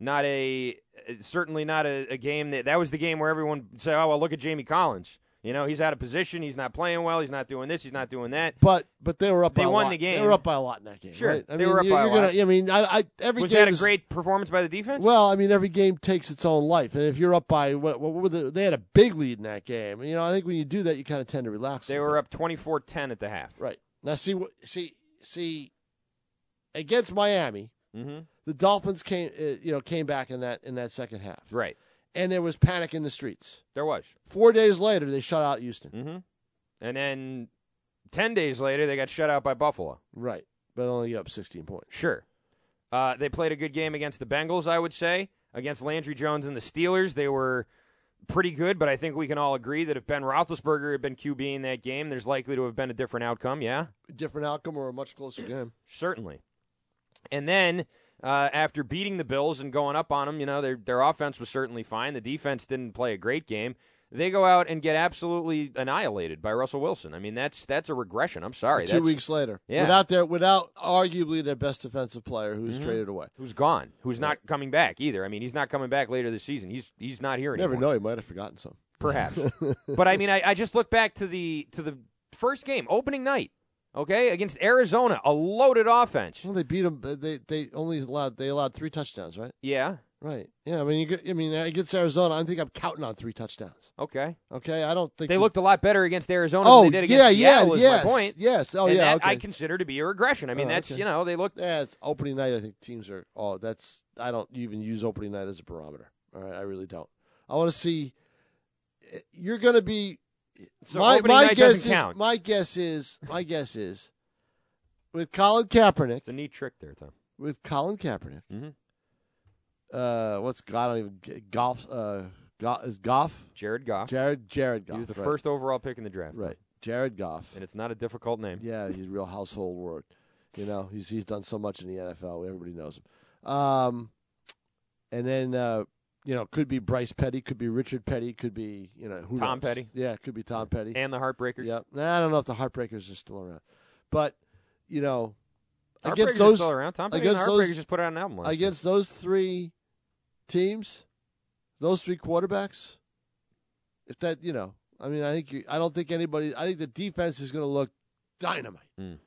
[SPEAKER 1] Not a uh, certainly not a, a game that that was the game where everyone said, "Oh well, look at Jamie Collins. You know, he's out of position. He's not playing well. He's not doing this. He's not doing that."
[SPEAKER 2] But but they were up.
[SPEAKER 1] They
[SPEAKER 2] by a
[SPEAKER 1] won
[SPEAKER 2] lot.
[SPEAKER 1] the game.
[SPEAKER 2] They were up by a lot in that game.
[SPEAKER 1] Sure,
[SPEAKER 2] right? I
[SPEAKER 1] they
[SPEAKER 2] mean,
[SPEAKER 1] were up
[SPEAKER 2] you-
[SPEAKER 1] by a
[SPEAKER 2] you're gonna-
[SPEAKER 1] lot.
[SPEAKER 2] I mean, I, I every
[SPEAKER 1] Was
[SPEAKER 2] game
[SPEAKER 1] that a
[SPEAKER 2] is-
[SPEAKER 1] great performance by the defense?
[SPEAKER 2] Well, I mean, every game takes its own life, and if you're up by what, what were the, they had a big lead in that game. You know, I think when you do that, you kind of tend to relax. a
[SPEAKER 1] They
[SPEAKER 2] little
[SPEAKER 1] were
[SPEAKER 2] bit.
[SPEAKER 1] up 24-10 at the half.
[SPEAKER 2] right now. See what see see against Miami.
[SPEAKER 1] Mm-hmm.
[SPEAKER 2] the Dolphins came, uh, you know, came back in that in that second half,
[SPEAKER 1] Right.
[SPEAKER 2] and there was panic in the streets.
[SPEAKER 1] There was.
[SPEAKER 2] Four days later, they shut out Houston.
[SPEAKER 1] Mm-hmm. And then 10 days later, they got shut out by Buffalo.
[SPEAKER 2] Right, but only up sixteen points.
[SPEAKER 1] Sure. Uh, they played a good game against the Bengals, I would say. Against Landry Jones and the Steelers, they were pretty good, but I think we can all agree that if Ben Roethlisberger had been QB in that game, there's likely to have been a different outcome, yeah?
[SPEAKER 2] Different outcome or a much closer game.
[SPEAKER 1] Certainly. And then uh, after beating the Bills and going up on them, you know, their, their offense was certainly fine. The defense didn't play a great game. They go out and get absolutely annihilated by Russell Wilson. I mean, that's that's a regression. I'm sorry.
[SPEAKER 2] Two
[SPEAKER 1] That's-
[SPEAKER 2] weeks later,
[SPEAKER 1] Yeah.
[SPEAKER 2] without their without arguably their best defensive player, who's
[SPEAKER 1] Mm-hmm.
[SPEAKER 2] traded away.
[SPEAKER 1] Who's gone? Who's not coming back either? I mean, he's not coming back later this season. He's he's not here anymore.
[SPEAKER 2] Never know, he might have forgotten some.
[SPEAKER 1] perhaps. but I mean, I, I just look back to the to the first game, opening night, okay, against Arizona, a loaded offense.
[SPEAKER 2] Well, they beat them. They they only allowed they allowed three touchdowns, right?
[SPEAKER 1] Yeah.
[SPEAKER 2] Right. Yeah. I mean, you get, I mean, against Arizona, I think I'm counting on three touchdowns.
[SPEAKER 1] Okay.
[SPEAKER 2] Okay. I don't think
[SPEAKER 1] They
[SPEAKER 2] that-
[SPEAKER 1] looked a lot better against Arizona
[SPEAKER 2] Oh
[SPEAKER 1] than they did against
[SPEAKER 2] yeah, yeah,
[SPEAKER 1] Seattle. Is
[SPEAKER 2] yes,
[SPEAKER 1] my point.
[SPEAKER 2] yes. Oh
[SPEAKER 1] and
[SPEAKER 2] yeah.
[SPEAKER 1] that
[SPEAKER 2] okay.
[SPEAKER 1] I consider to be a regression. I mean,
[SPEAKER 2] Oh,
[SPEAKER 1] that's
[SPEAKER 2] okay.
[SPEAKER 1] you know they looked
[SPEAKER 2] Yeah, it's opening night. I think teams are. Oh, that's. I don't even use opening night as a barometer. All right, I really don't. I want to see. eh, You're going to be.
[SPEAKER 1] So
[SPEAKER 2] my
[SPEAKER 1] opening
[SPEAKER 2] my
[SPEAKER 1] night
[SPEAKER 2] guess
[SPEAKER 1] doesn't
[SPEAKER 2] is.
[SPEAKER 1] count.
[SPEAKER 2] My guess is. My guess is. With Colin Kaepernick,
[SPEAKER 1] it's a neat trick there, Tom.
[SPEAKER 2] with Colin Kaepernick,
[SPEAKER 1] Mhm.
[SPEAKER 2] uh, what's I don't even get- golf. Uh, Goff, is Goff
[SPEAKER 1] Jared Goff.
[SPEAKER 2] Jared Jared Goff.
[SPEAKER 1] he was the
[SPEAKER 2] right,
[SPEAKER 1] first overall pick in the draft,
[SPEAKER 2] Right, Jared Goff.
[SPEAKER 1] and it's not a difficult name.
[SPEAKER 2] Yeah, he's a real household word. You know, he's he's done so much in the NFL. Everybody knows him. Um, and then uh, you know, could be Bryce Petty, could be Richard Petty, could be you know who
[SPEAKER 1] Tom
[SPEAKER 2] knows?
[SPEAKER 1] Petty.
[SPEAKER 2] Yeah, could be Tom Petty.
[SPEAKER 1] And the Heartbreakers.
[SPEAKER 2] Yep. Nah, I don't know if the Heartbreakers are still around, but you know,
[SPEAKER 1] Heartbreakers
[SPEAKER 2] against
[SPEAKER 1] are
[SPEAKER 2] those
[SPEAKER 1] still around. Tom Petty and the
[SPEAKER 2] against
[SPEAKER 1] Heartbreakers
[SPEAKER 2] those-
[SPEAKER 1] just put out an album. Last year.
[SPEAKER 2] against those three teams, those three quarterbacks, if that you know, I mean, I think you, I don't think anybody. I think the defense is going to look dynamite,
[SPEAKER 1] Mm.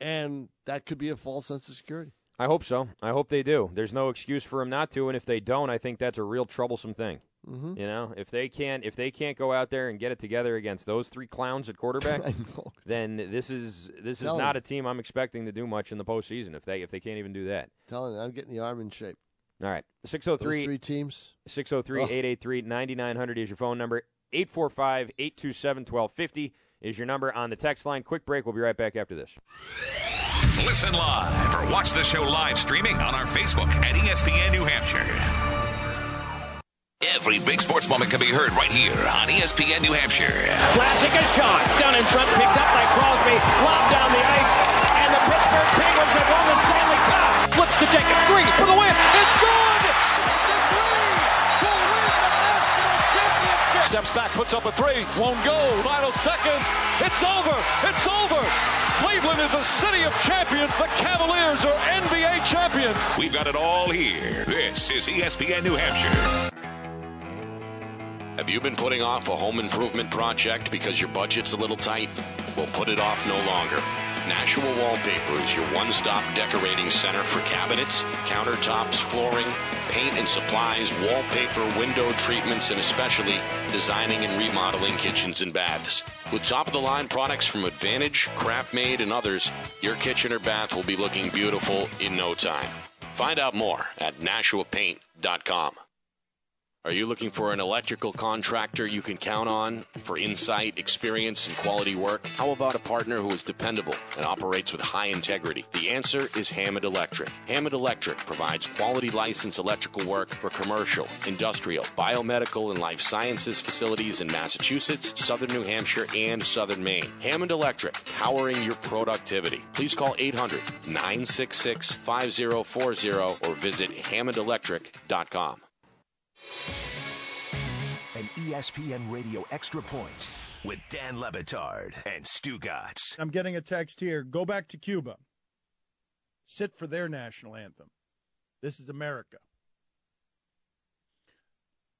[SPEAKER 2] and that could be a false sense of security.
[SPEAKER 1] I hope so. I hope they do. There's no excuse for them not to, and if they don't, I think that's a real troublesome thing.
[SPEAKER 2] Mm-hmm.
[SPEAKER 1] You know, if they can't, if they can't go out there and get it together against those three clowns at quarterback,
[SPEAKER 2] I know.
[SPEAKER 1] then this is this is
[SPEAKER 2] Telling
[SPEAKER 1] not
[SPEAKER 2] you.
[SPEAKER 1] a team I'm expecting to do much in the postseason. If they if they can't even do that,
[SPEAKER 2] telling you, I'm getting the arm in shape.
[SPEAKER 1] all right.
[SPEAKER 2] Those
[SPEAKER 1] 603
[SPEAKER 2] three teams.
[SPEAKER 1] 603-883-9900 is your phone number. 845-827-1250 is your number on the text line. Quick break. We'll be right back after this.
[SPEAKER 4] Listen live or watch the show live streaming on our Facebook at E ESPN New Hampshire. Every big sports moment can be heard right here on E ESPN New Hampshire.
[SPEAKER 5] Classic a shot. Down in front, picked up by Crosby, lobbed down the ice, and the Pittsburgh Penguins have won the Stanley Cup. Flips to Jacobs, three for the win. It's good. Steps back, puts up a
[SPEAKER 6] three won't go. Final seconds. It's over. It's over. Cleveland is a city of champions. The Cavaliers are NBA champions.
[SPEAKER 4] We've got it all here. This is E ESPN New Hampshire.
[SPEAKER 7] Have you been putting off a home improvement project because your budget's a little tight? Well, put it off no longer. Nashua Wallpaper is your one stop decorating center for cabinets, countertops, flooring, paint and supplies, wallpaper, window treatments, and especially designing and remodeling kitchens and baths. With top of the line products from Advantage, Craftmade, and others, your kitchen or bath will be looking beautiful in no time. Find out more at NashuaPaint.com. Are you looking for an electrical contractor you can count on for insight, experience, and quality work? How about a partner who is dependable and operates with high integrity? The answer is Hammond Electric. Hammond Electric provides quality licensed electrical work for commercial, industrial, biomedical, and life sciences facilities in Massachusetts, southern New Hampshire, and southern Maine. Hammond Electric, powering your productivity. Please call 800 966 5040 or visit hammondelectric.com.
[SPEAKER 8] An E ESPN Radio Extra Point with Dan Levitard and Stu Gatz.
[SPEAKER 9] I'm getting a text here. Go back to Cuba. Sit for their national anthem. This is America.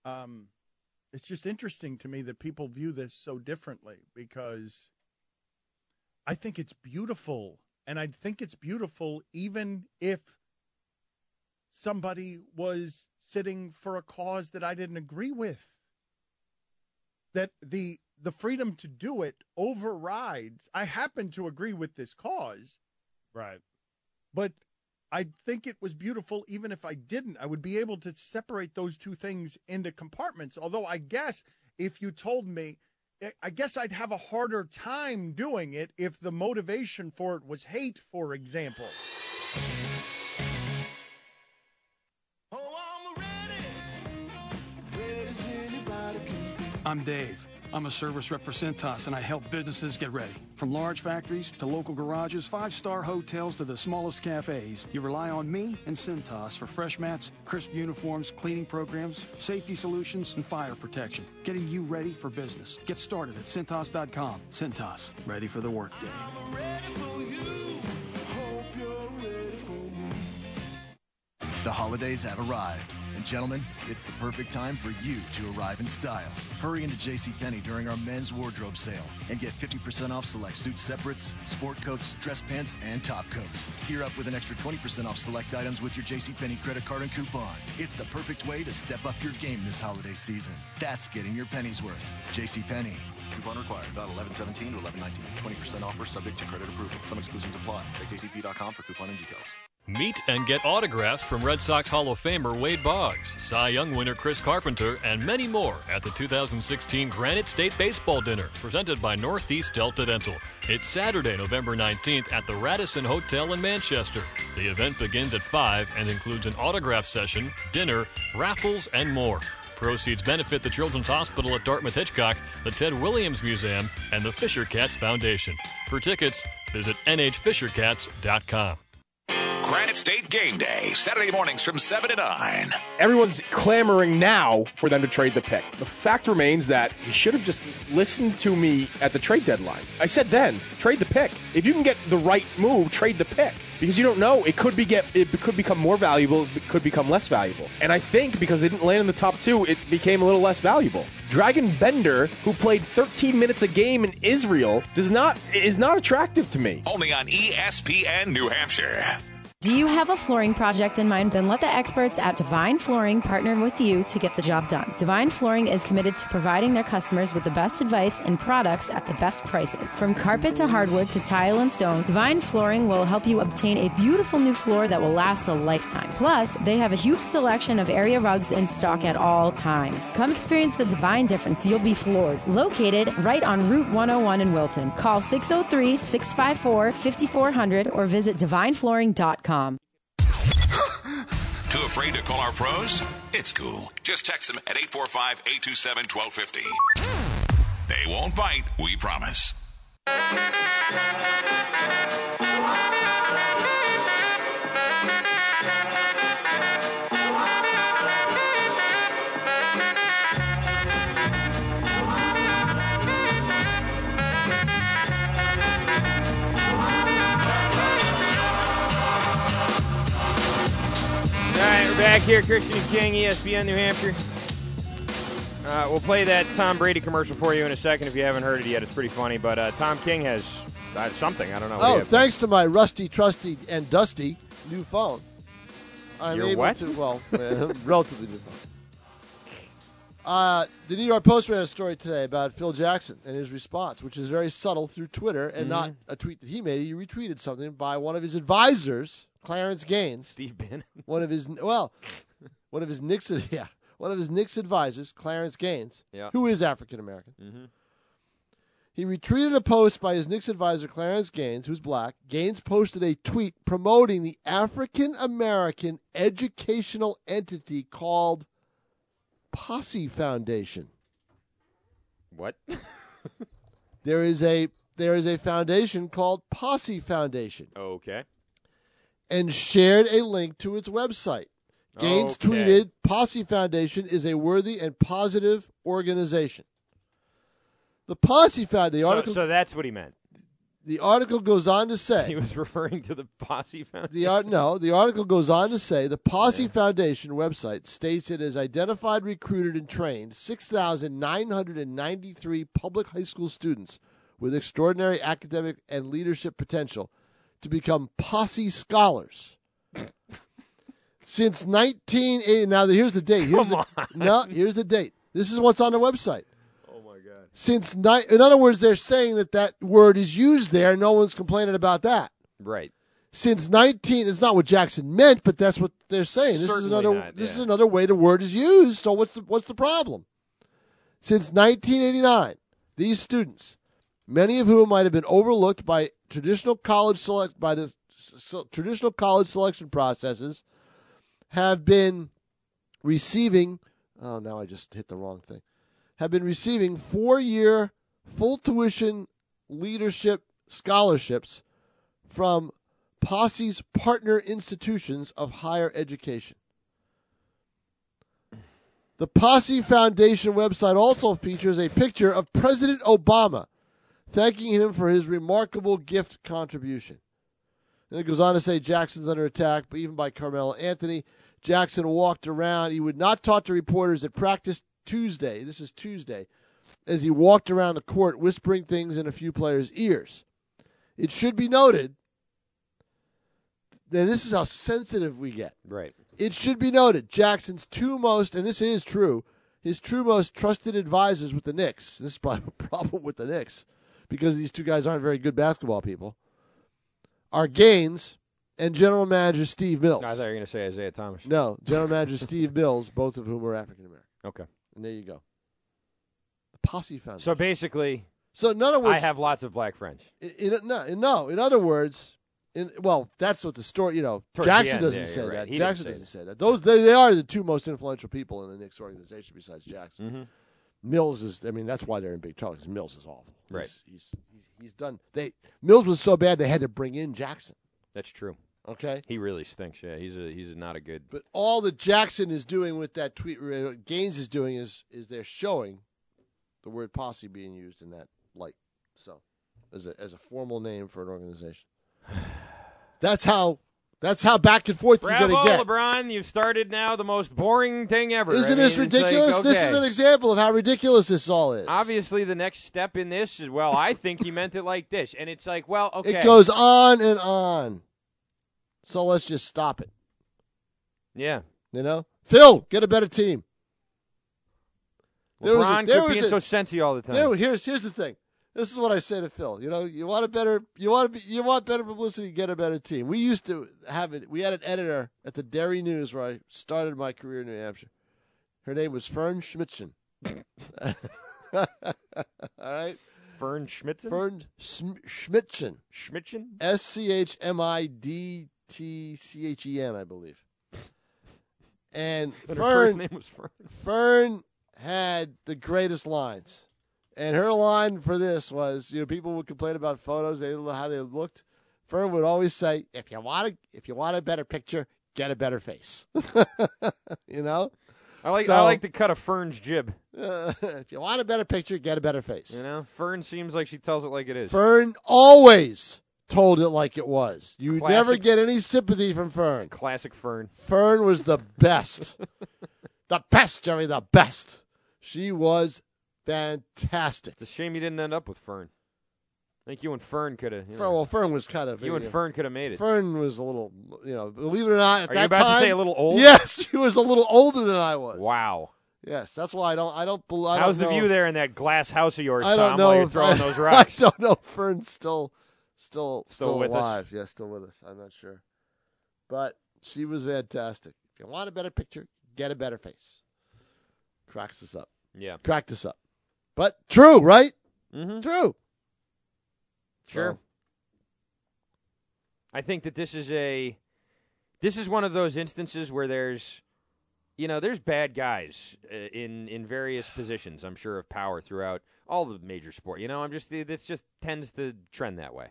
[SPEAKER 9] Um, it's just interesting to me that people view this so differently because I think it's beautiful. And I think it's beautiful even if somebody was sitting for a cause that I didn't agree with. That the the freedom to do it overrides. I happen to agree with this cause,
[SPEAKER 1] Right.
[SPEAKER 9] but I think it was beautiful even if I didn't. I would be able to separate those two things into compartments. Although I guess if you told me I- I guess I'd have a harder time doing it if the motivation for it was hate, for example.
[SPEAKER 10] I'm Dave. I'm a service rep for Centos, and I help businesses get ready. From large factories to local garages, five star hotels to the smallest cafes, you rely on me and Centos for fresh mats, crisp uniforms, cleaning programs, safety solutions, and fire protection. Getting you ready for business. Get started at CentOS.com. CentOS, ready for the workday.
[SPEAKER 11] The holidays have arrived, and gentlemen, it's the perfect time for you to arrive in style. Hurry into JCPenney during our men's wardrobe sale and get 50% off select suit separates, sport coats, dress pants, and top coats. Gear up with an extra 20% off select items with your JCPenney credit card and coupon. It's the perfect way to step up your game this holiday season. That's getting your pennies worth. JCPenney. Coupon required. About 1117 to 1119. 20% offer subject to credit approval. Some exclusions apply. Check jcp.com for coupon and details.
[SPEAKER 12] Meet and get autographs from Red Sox Hall of Famer Wade Boggs, Cy Young winner Chris Carpenter, and many more at the 2016 Granite State Baseball Dinner, presented by Northeast Delta Dental. It's Saturday, November 19th at the Radisson Hotel in Manchester. The event begins at 5 and includes an autograph session, dinner, raffles, and more. Proceeds benefit the Children's Hospital at Dartmouth Hitchcock, the Ted Williams Museum, and the Fisher Cats Foundation. For tickets, visit nhfishercats.com.
[SPEAKER 4] Granite State Game Day, Saturday mornings from 7 to 9.
[SPEAKER 13] Everyone's clamoring now for them to trade the pick. The fact remains that you should have just listened to me at the trade deadline. I said then, trade the pick. If you can get the right move, trade the pick. Because you don't know, it could be get it could become more valuable, it could become less valuable. And I think because they didn't land in the top two, it became a little less valuable. Dragon Bender, who played 13 minutes a game in Israel, does not is not attractive to me.
[SPEAKER 4] Only on E ESPN New Hampshire.
[SPEAKER 14] Do you have a flooring project in mind? Then let the experts at Divine Flooring partner with you to get the job done. Divine Flooring is committed to providing their customers with the best advice and products at the best prices. From carpet to hardwood to tile and stone, Divine Flooring will help you obtain a beautiful new floor that will last a lifetime. Plus, they have a huge selection of area rugs in stock at all times. Come experience the divine difference. You'll be floored. Located right on Route 101 in Wilton. Call 603 654 5400 or visit divineflooring.com.
[SPEAKER 4] Too afraid to call our pros? It's cool. Just text them at 845 827 1250. They won't bite, we promise.
[SPEAKER 1] Back here, Christian and King, E ESPN New Hampshire. Uh, we'll play that Tom Brady commercial for you in a second if you haven't heard it yet. It's pretty funny, but uh, Tom King has uh, something. I don't know. what
[SPEAKER 2] Oh,
[SPEAKER 1] he had.
[SPEAKER 2] thanks to my rusty, trusty, and dusty new phone, I'm
[SPEAKER 1] Your
[SPEAKER 2] able
[SPEAKER 1] what?
[SPEAKER 2] to. Well, relatively new phone. Uh, the New York Post ran a story today about Phil Jackson and his response, which is very subtle through Twitter and not
[SPEAKER 1] Mhm.
[SPEAKER 2] a tweet that he made. He retweeted something by one of his advisors, Clarence Gaines.
[SPEAKER 1] Steve Bannon.
[SPEAKER 2] One of his well, one of his Knicks yeah, one of his Knicks advisors, Clarence Gaines,
[SPEAKER 1] Yeah.
[SPEAKER 2] who is African American.
[SPEAKER 1] Mhm.
[SPEAKER 2] He retweeted a post by his Knicks advisor Clarence Gaines, who's black. Gaines posted a tweet promoting the African American educational entity called Posse Foundation.
[SPEAKER 1] What?
[SPEAKER 2] There is a there is a foundation called Posse Foundation.
[SPEAKER 1] Okay.
[SPEAKER 2] and shared a link to its website. Gaines
[SPEAKER 1] Okay.
[SPEAKER 2] tweeted, Posse Foundation is a worthy and positive organization. The Posse Foundation, the,
[SPEAKER 1] so,
[SPEAKER 2] article,
[SPEAKER 1] so that's what he meant.
[SPEAKER 2] the article goes on to say,
[SPEAKER 1] He was referring to the Posse Foundation.
[SPEAKER 2] the art no, the article goes on to say the Posse Foundation website states it has identified, recruited, and trained 6,993 public high school students with extraordinary academic and leadership potential to become Posse scholars. Since 1980, now here's the date. Here's
[SPEAKER 1] Come
[SPEAKER 2] the,
[SPEAKER 1] on. Oh,
[SPEAKER 2] No, here's the date. This is what's on the website. Since ni- in other words, they're saying that that word is used there. No one's complaining about that
[SPEAKER 1] Right.
[SPEAKER 2] since 19 it's not what jackson meant but that's what they're saying this is
[SPEAKER 1] Certainly
[SPEAKER 2] another
[SPEAKER 1] not,
[SPEAKER 2] this
[SPEAKER 1] yeah.
[SPEAKER 2] is another way the word is used so what's the what's the problem since 1989 these students many of whom might have been overlooked by traditional college select by the s- s- traditional college selection processes have been receiving oh now i just hit the wrong thing have been receiving four year full tuition leadership scholarships from Posse's partner institutions of higher education. The Posse Foundation website also features a picture of President Obama thanking him for his remarkable gift contribution. And it goes on to say Jackson's under attack, but even by Carmelo Anthony. Jackson walked around. He would not talk to reporters at practice Tuesday. This is Tuesday. As he walked around the court, whispering things in a few players' ears. It should be noted then this is how sensitive we get.
[SPEAKER 1] Right.
[SPEAKER 2] It should be noted Jackson's two most, and this is true, his two most trusted advisors with the Knicks. This is probably a problem with the Knicks because these two guys aren't very good basketball people. Are Gaines and General Manager Steve Mills.
[SPEAKER 1] I thought you were going to say Isaiah Thomas.
[SPEAKER 2] No, General Manager Steve Mills, both of whom are African American.
[SPEAKER 1] Okay.
[SPEAKER 2] And there you go. The Posse Foundation.
[SPEAKER 1] So basically,
[SPEAKER 2] so in other
[SPEAKER 1] I
[SPEAKER 2] words,
[SPEAKER 1] have lots of black friends.
[SPEAKER 2] in, in- no, in- no. In other words, in, well, that's what the story. You know,
[SPEAKER 1] Towards the
[SPEAKER 2] Jackson
[SPEAKER 1] end,
[SPEAKER 2] doesn't
[SPEAKER 1] yeah,
[SPEAKER 2] say
[SPEAKER 1] you're right.
[SPEAKER 2] that.
[SPEAKER 1] He didn't
[SPEAKER 2] Jackson
[SPEAKER 1] say
[SPEAKER 2] doesn't
[SPEAKER 1] that.
[SPEAKER 2] say that. Those they, they are the two most influential people in the Knicks organization besides Jackson.
[SPEAKER 1] Mm-hmm.
[SPEAKER 2] Mills is. I mean, that's why they're in big trouble because Mills is awful.
[SPEAKER 1] Right.
[SPEAKER 2] He's, he's he's done. They Mills was so bad they had to bring in Jackson.
[SPEAKER 1] That's true.
[SPEAKER 2] Okay.
[SPEAKER 1] He really stinks. Yeah, he's a he's not a good.
[SPEAKER 2] But all that Jackson is doing with that tweet, uh, Gaines is doing is is they're showing the word posse being used in that light. So, as a as a formal name for an organization, that's how that's how back and forth you're
[SPEAKER 1] Bravo,
[SPEAKER 2] going to get.
[SPEAKER 1] LeBron! You've started now the most boring thing ever. I
[SPEAKER 2] Isn't this
[SPEAKER 1] mean, it's like,
[SPEAKER 2] ridiculous? This
[SPEAKER 1] okay.
[SPEAKER 2] is an example of how ridiculous this all is.
[SPEAKER 1] Obviously, the next step in this is well, I think he meant it like this, and it's like, well, okay,
[SPEAKER 2] It goes on and on. So let's just stop it.
[SPEAKER 1] Yeah,
[SPEAKER 2] You know, Phil, get a better team. There was a-
[SPEAKER 1] LeBron
[SPEAKER 2] there
[SPEAKER 1] quit
[SPEAKER 2] was
[SPEAKER 1] being
[SPEAKER 2] a-
[SPEAKER 1] so sensey all the time.
[SPEAKER 2] There- here's here's the thing. This is what I say to Phil. You know, you want a better you want to be, you want better publicity, get a better team. We used to have it. We had an editor at the Dairy News where I started my career in New Hampshire. Her name was Fern Schmitzen. All right,
[SPEAKER 1] Fern Schmitzen.
[SPEAKER 2] Fern Schm- Schmitzen.
[SPEAKER 1] Schmitzen.
[SPEAKER 2] S C H M I D T C H E N, I believe. And
[SPEAKER 1] But her
[SPEAKER 2] Fern,
[SPEAKER 1] first name was Fern.
[SPEAKER 2] Fern had the greatest lines, and her line for this was, you know, people would complain about photos, they didn't know how they looked. Fern would always say, "If you want a, if you want a better picture, get a better face." you know,
[SPEAKER 1] I like I
[SPEAKER 2] So-
[SPEAKER 1] like the cut of Fern's jib.
[SPEAKER 2] if you want a better picture, get a better face.
[SPEAKER 1] You know, Fern seems like she tells it like it is.
[SPEAKER 2] Fern always told it like it was. You would
[SPEAKER 1] Classic-
[SPEAKER 2] never get any sympathy from Fern.
[SPEAKER 1] Classic Fern.
[SPEAKER 2] Fern was the best. the best, Jerry, the best. She was fantastic.
[SPEAKER 1] It's a shame you didn't end up with Fern. I think you and Fern could have. You
[SPEAKER 2] Fern,
[SPEAKER 1] know,
[SPEAKER 2] well, Fern was kind of.
[SPEAKER 1] You and Fern could have made it.
[SPEAKER 2] Fern was a little, you know, believe it or not, at
[SPEAKER 1] Are you
[SPEAKER 2] that
[SPEAKER 1] about to say
[SPEAKER 2] time-
[SPEAKER 1] a little old?
[SPEAKER 2] Yes, she was a little older than I was.
[SPEAKER 1] Wow.
[SPEAKER 2] Yes, that's why I don't. I don't. bel- I
[SPEAKER 1] How's
[SPEAKER 2] don't
[SPEAKER 1] the
[SPEAKER 2] know
[SPEAKER 1] view
[SPEAKER 2] if-
[SPEAKER 1] there in that glass house of yours,
[SPEAKER 2] I don't
[SPEAKER 1] Tom,
[SPEAKER 2] know
[SPEAKER 1] while you're
[SPEAKER 2] if-
[SPEAKER 1] throwing those
[SPEAKER 2] I
[SPEAKER 1] rocks?
[SPEAKER 2] don't know. If Fern's still, still,
[SPEAKER 1] Still
[SPEAKER 2] still,
[SPEAKER 1] with us?
[SPEAKER 2] alive. Yeah, still with us. I'm not sure, but she was fantastic. If you want a better picture, get a better face. Cracks us up.
[SPEAKER 1] Yeah.
[SPEAKER 2] Cracked us up. But true, right?
[SPEAKER 1] Mm-hmm.
[SPEAKER 2] True.
[SPEAKER 1] Sure. I think that this is a this is one of those instances where there's you know there's bad guys uh, in in various positions I'm sure of power throughout all the major sport. You know, I'm just this just tends to trend that way.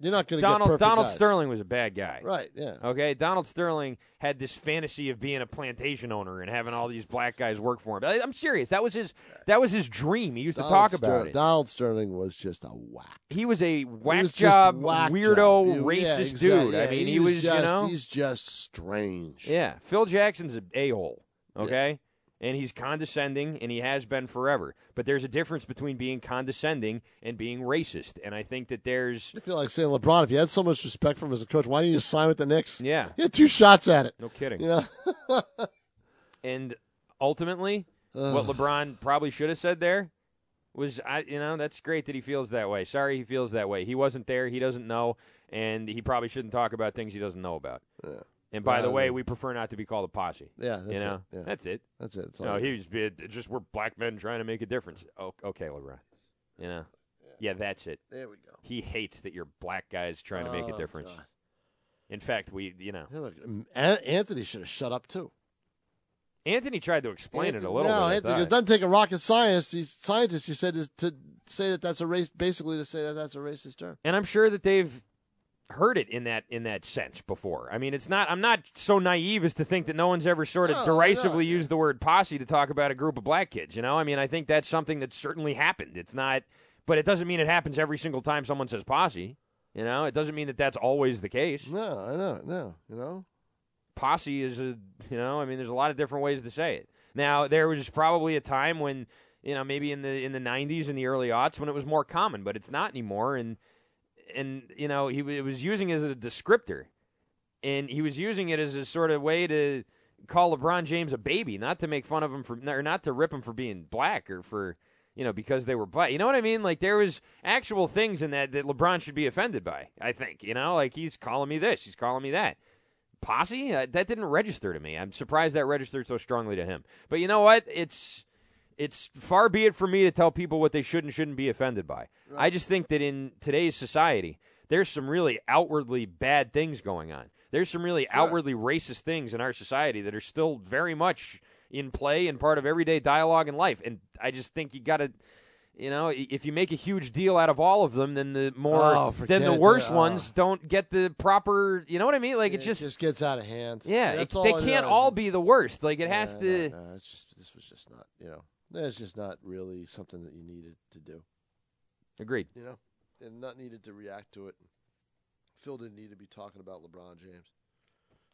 [SPEAKER 2] You're not going to
[SPEAKER 1] Donald
[SPEAKER 2] get perfect
[SPEAKER 1] Donald
[SPEAKER 2] guys.
[SPEAKER 1] Sterling was a bad guy.
[SPEAKER 2] Right, yeah.
[SPEAKER 1] Okay, Donald Sterling had this fantasy of being a plantation owner and having all these black guys work for him. I, am serious. That was his that was his dream. He used
[SPEAKER 2] Donald
[SPEAKER 1] to talk
[SPEAKER 2] Ster-
[SPEAKER 1] about it.
[SPEAKER 2] Donald Sterling was just a whack.
[SPEAKER 1] He was a whack
[SPEAKER 2] was just
[SPEAKER 1] job,
[SPEAKER 2] whack
[SPEAKER 1] weirdo,
[SPEAKER 2] job.
[SPEAKER 1] racist
[SPEAKER 2] Yeah,
[SPEAKER 1] dude.
[SPEAKER 2] exactly.
[SPEAKER 1] I
[SPEAKER 2] Yeah,
[SPEAKER 1] mean, he,
[SPEAKER 2] he was
[SPEAKER 1] was, you
[SPEAKER 2] just-
[SPEAKER 1] know,
[SPEAKER 2] he's just strange.
[SPEAKER 1] Yeah, Phil Jackson's an a hole. Okay. And he's condescending, and he has been forever. But there's a difference between being condescending and being racist. And I think that there's
[SPEAKER 2] I feel like saying LeBron. If you had so much respect for him as a coach, why didn't you just sign with the Knicks?
[SPEAKER 1] Yeah.
[SPEAKER 2] you had two shots at it.
[SPEAKER 1] No kidding.
[SPEAKER 2] You know?
[SPEAKER 1] And ultimately,
[SPEAKER 2] Ugh.
[SPEAKER 1] what LeBron probably should have said there was, I, you know, that's great that he feels that way. Sorry he feels that way. He wasn't there. He doesn't know. And he probably shouldn't talk about things he doesn't know about. And by the
[SPEAKER 2] Well,
[SPEAKER 1] way,
[SPEAKER 2] yeah.
[SPEAKER 1] we prefer not to be called a posse.
[SPEAKER 2] Yeah,
[SPEAKER 1] you
[SPEAKER 2] that's it.
[SPEAKER 1] know,
[SPEAKER 2] Yeah.
[SPEAKER 1] that's it.
[SPEAKER 2] That's it. It's
[SPEAKER 1] no,
[SPEAKER 2] all-
[SPEAKER 1] he was it, just we're black men trying to make a difference. O- okay, LeBron. You know, yeah, that's it.
[SPEAKER 2] There we go.
[SPEAKER 1] He hates that you're black guys trying to make a
[SPEAKER 2] Oh,
[SPEAKER 1] difference. In fact, we, you know,
[SPEAKER 2] Yeah, look, An- Anthony should have shut up too.
[SPEAKER 1] Anthony tried to explain it a
[SPEAKER 2] Anthony-
[SPEAKER 1] little
[SPEAKER 2] no,
[SPEAKER 1] bit. I
[SPEAKER 2] Anthony,
[SPEAKER 1] thought.
[SPEAKER 2] it doesn't take a rocket science. These scientists, you said, is to say that that's a race. Basically, to say that that's a racist term.
[SPEAKER 1] and I'm sure that they've heard it in that in that sense before. I mean, it's not I'm not so naive as to think that no one's ever sort of
[SPEAKER 2] No,
[SPEAKER 1] derisively used the word posse to talk about a group of black kids, you know? I mean, I think that's something that certainly happened. It's not but it doesn't mean it happens every single time someone says posse, you know? It doesn't mean that that's always the case.
[SPEAKER 2] No, I know, no, you know.
[SPEAKER 1] Posse is a, you know, I mean, there's a lot of different ways to say it. Now, there was probably a time when, you know, maybe in the in the 90s and the early aughts when it was more common, but it's not anymore and and you know he w- it was using it as a descriptor, and he was using it as a sort of way to call LeBron James a baby, not to make fun of him for or not to rip him for being black or for you know because they were black. You know what I mean? Like there was actual things in that that LeBron should be offended by. I think you know like he's calling me this, he's calling me that. Posse uh, that didn't register to me. I'm surprised that registered so strongly to him. But you know what? It's it's far be it for me to tell people what they should and shouldn't be offended by. I just think that in today's society, there's some really outwardly bad things going on. There's some really outwardly racist things in our society that are still very much in play and part of everyday dialogue in life. And I just think you got to, you know, i- if you make a huge deal out of all of them, then the more,
[SPEAKER 2] Oh,
[SPEAKER 1] then
[SPEAKER 2] forget
[SPEAKER 1] the
[SPEAKER 2] it.
[SPEAKER 1] worst
[SPEAKER 2] Oh.
[SPEAKER 1] ones don't get the proper, you know what I mean? Like it just,
[SPEAKER 2] It just gets out of hand.
[SPEAKER 1] yeah,
[SPEAKER 2] that's
[SPEAKER 1] it-
[SPEAKER 2] all
[SPEAKER 1] they
[SPEAKER 2] it
[SPEAKER 1] can't
[SPEAKER 2] is.
[SPEAKER 1] all be the worst. Like it has
[SPEAKER 2] Yeah, I
[SPEAKER 1] to.
[SPEAKER 2] know, no, it's just this was just not you know that's just not really something that you needed to do.
[SPEAKER 1] Agreed.
[SPEAKER 2] You know, and not needed to react to it. Phil didn't need to be talking about LeBron James.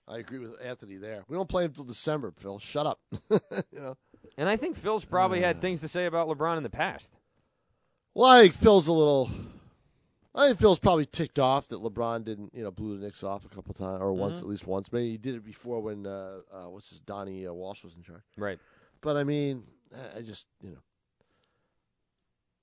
[SPEAKER 2] I agree with Anthony there. We don't play him till December, Phil. Shut up. you know.
[SPEAKER 1] And I think Phil's probably had things to say about LeBron in the past.
[SPEAKER 2] Well, I think Phil's a little. I think Phil's probably ticked off that LeBron didn't, you know, blew the Knicks off a couple times or once
[SPEAKER 1] Mhm.
[SPEAKER 2] at least once. Maybe he did it before when uh, uh, what's his Donnie uh, Walsh was in charge.
[SPEAKER 1] Right.
[SPEAKER 2] But I mean, I- I just you know,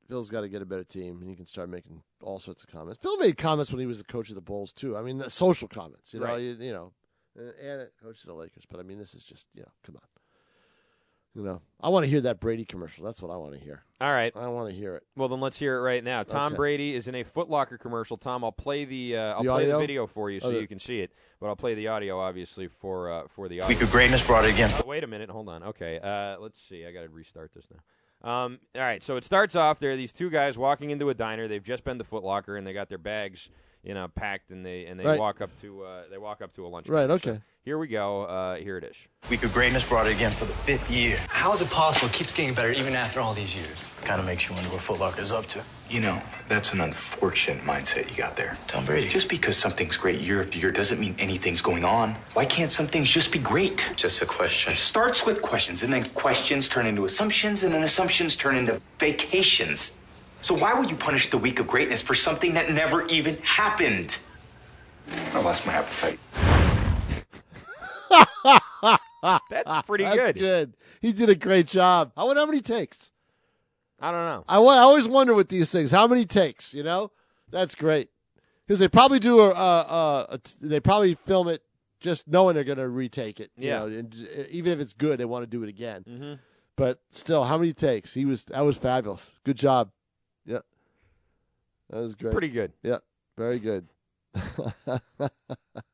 [SPEAKER 2] Phil's got to get a better team, and you can start making all sorts of comments. Phil made comments when he was the coach of the Bulls too. I mean, the social comments, you know,
[SPEAKER 1] Right.
[SPEAKER 2] you, you know, and, and coach of the Lakers. But I mean, this is just you know, come on, you know, I want to hear that Brady commercial. That's what I want to hear.
[SPEAKER 1] All right.
[SPEAKER 2] I want to hear it.
[SPEAKER 1] Well, then let's hear it right now. Tom
[SPEAKER 2] Okay.
[SPEAKER 1] Brady is in a Foot Locker commercial. Tom, I'll play the uh, I'll
[SPEAKER 2] The
[SPEAKER 1] play the
[SPEAKER 2] audio?
[SPEAKER 1] video for you so
[SPEAKER 2] Oh, the-
[SPEAKER 1] you can see it, but I'll play the audio obviously for uh, for the audio.
[SPEAKER 15] Week of Greatness brought it again.
[SPEAKER 1] Uh, wait a minute, hold on. Okay, uh, let's see. I got to restart this now. Um, all right, so it starts off. There are these two guys walking into a diner. They've just been to Foot Locker and they got their bags, you know packed and they and they
[SPEAKER 2] Right.
[SPEAKER 1] walk up to uh, they walk up to a lunch.
[SPEAKER 2] Right,
[SPEAKER 1] break. So
[SPEAKER 2] okay.
[SPEAKER 1] here we go. Uh, here it is.
[SPEAKER 15] Week of Greatness brought it again for the fifth year. How is it possible it keeps getting better even after all these years? Kind of makes you wonder what Foot Locker's up to.
[SPEAKER 16] You know, that's an unfortunate mindset you got there. Tom
[SPEAKER 15] Brady.
[SPEAKER 16] Just because something's great year after year doesn't mean anything's going on. Why can't some things just be great? Just a question. It starts with questions, and then questions turn into assumptions, and then assumptions turn into vacations. So why would you punish the week of greatness for something that never even happened? I lost my appetite.
[SPEAKER 1] That's pretty good.
[SPEAKER 2] Ah, good. He did a great job. I wonder how many takes.
[SPEAKER 1] I don't know.
[SPEAKER 2] I, wa- I always wonder with these things how many takes. You know, that's great because they probably do a, a, a, t- they probably film it just knowing they're going to retake it.
[SPEAKER 1] Yeah.
[SPEAKER 2] You know, and j- even if it's good, they want to do it again.
[SPEAKER 1] Mhm.
[SPEAKER 2] But still, how many takes? He was that was fabulous. Good job. Yeah, that was great.
[SPEAKER 1] Pretty good.
[SPEAKER 2] Yeah, very good.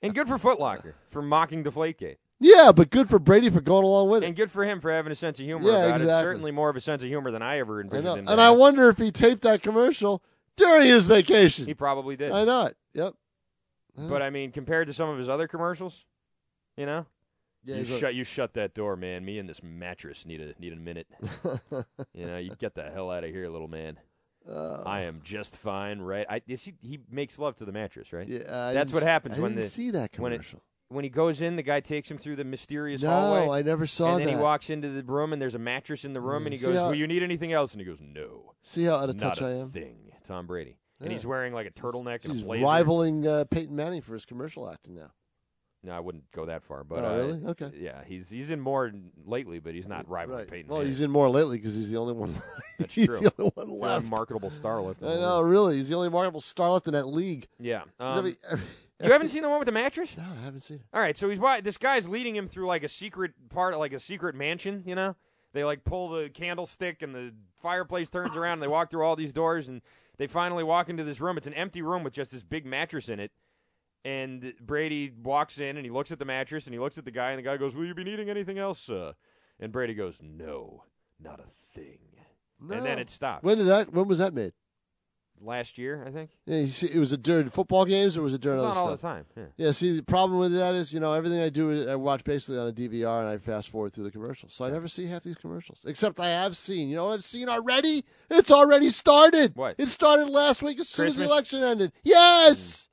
[SPEAKER 1] And good for Foot Locker for mocking Deflategate.
[SPEAKER 2] yeah, but good for Brady for going along with it.
[SPEAKER 1] And good for him for having a sense of humor
[SPEAKER 2] Yeah,
[SPEAKER 1] about it.
[SPEAKER 2] exactly.
[SPEAKER 1] Certainly more of a sense of humor than I ever
[SPEAKER 2] I
[SPEAKER 1] envisioned
[SPEAKER 2] know.
[SPEAKER 1] him.
[SPEAKER 2] And
[SPEAKER 1] to
[SPEAKER 2] I
[SPEAKER 1] have.
[SPEAKER 2] wonder if he taped that commercial during his vacation.
[SPEAKER 1] He probably did.
[SPEAKER 2] I know it. Yep.
[SPEAKER 1] But I mean, compared to some of his other commercials, you know,
[SPEAKER 2] Yeah,
[SPEAKER 1] you
[SPEAKER 2] he's a-
[SPEAKER 1] shut you shut that door, man. Me and this mattress need a need a minute. you know, you get the hell out of here, little man.
[SPEAKER 2] Uh.
[SPEAKER 1] I am just fine, right? I you see, he makes love to the mattress, right?
[SPEAKER 2] Yeah, I
[SPEAKER 1] that's
[SPEAKER 2] didn't
[SPEAKER 1] what
[SPEAKER 2] s-
[SPEAKER 1] happens
[SPEAKER 2] I
[SPEAKER 1] when
[SPEAKER 2] didn't
[SPEAKER 1] the
[SPEAKER 2] see that
[SPEAKER 1] when it-
[SPEAKER 2] commercial.
[SPEAKER 1] When he goes in, the guy takes him through the mysterious
[SPEAKER 2] No,
[SPEAKER 1] hallway.
[SPEAKER 2] I never saw
[SPEAKER 1] And then
[SPEAKER 2] that.
[SPEAKER 1] he walks into the room, and there's a mattress in the room,
[SPEAKER 2] Mm,
[SPEAKER 1] and he
[SPEAKER 2] see
[SPEAKER 1] goes,
[SPEAKER 2] how-
[SPEAKER 1] "Will you need anything else?" And he goes, "No."
[SPEAKER 2] See how out of
[SPEAKER 1] Not
[SPEAKER 2] touch
[SPEAKER 1] a
[SPEAKER 2] I am?
[SPEAKER 1] Thing, Tom Brady, and
[SPEAKER 2] Yeah.
[SPEAKER 1] he's wearing like a turtleneck and
[SPEAKER 2] He's
[SPEAKER 1] a blazer.
[SPEAKER 2] rivaling uh, Peyton Manning for his commercial acting now.
[SPEAKER 1] No, I wouldn't go that far, but
[SPEAKER 2] Oh,
[SPEAKER 1] uh,
[SPEAKER 2] really? Okay.
[SPEAKER 1] Yeah, he's he's in more lately, but he's not rivaling Peyton.
[SPEAKER 2] Well,
[SPEAKER 1] Manning.
[SPEAKER 2] he's in more lately because he's the only one.
[SPEAKER 1] That's
[SPEAKER 2] he's
[SPEAKER 1] true.
[SPEAKER 2] the only one
[SPEAKER 1] The only
[SPEAKER 2] left.
[SPEAKER 1] marketable star left in
[SPEAKER 2] I
[SPEAKER 1] the
[SPEAKER 2] know, really. He's the only marketable star left in that league.
[SPEAKER 1] Yeah.
[SPEAKER 2] He's
[SPEAKER 1] Um,
[SPEAKER 2] every- every-
[SPEAKER 1] you haven't seen the one with the mattress?
[SPEAKER 2] No, I haven't seen it.
[SPEAKER 1] All right, so he's why this guy's leading him through like a secret part, like a secret mansion. You know, they like pull the candlestick and the fireplace turns around. and They walk through all these doors and they finally walk into this room. It's an empty room with just this big mattress in it. And Brady walks in and he looks at the mattress and he looks at the guy and the guy goes, "Will you be needing anything else?" Uh? And Brady goes, "No, not a thing." And then
[SPEAKER 2] No.
[SPEAKER 1] it stopped.
[SPEAKER 2] When did that? When was that made?
[SPEAKER 1] Last year, I think.
[SPEAKER 2] Yeah, you see, it was it during football games or was it during
[SPEAKER 1] It's
[SPEAKER 2] other
[SPEAKER 1] on all the
[SPEAKER 2] stuff?
[SPEAKER 1] time, yeah.
[SPEAKER 2] See, the problem with that is, you know, everything I do, is I watch basically on a DVR and I fast forward through the commercials, so I never see half these commercials. Except I have seen. You know what I've seen already? It's already started.
[SPEAKER 1] What?
[SPEAKER 2] It started last week as soon as
[SPEAKER 1] Christmas? Hmm.
[SPEAKER 2] the election ended. Yes.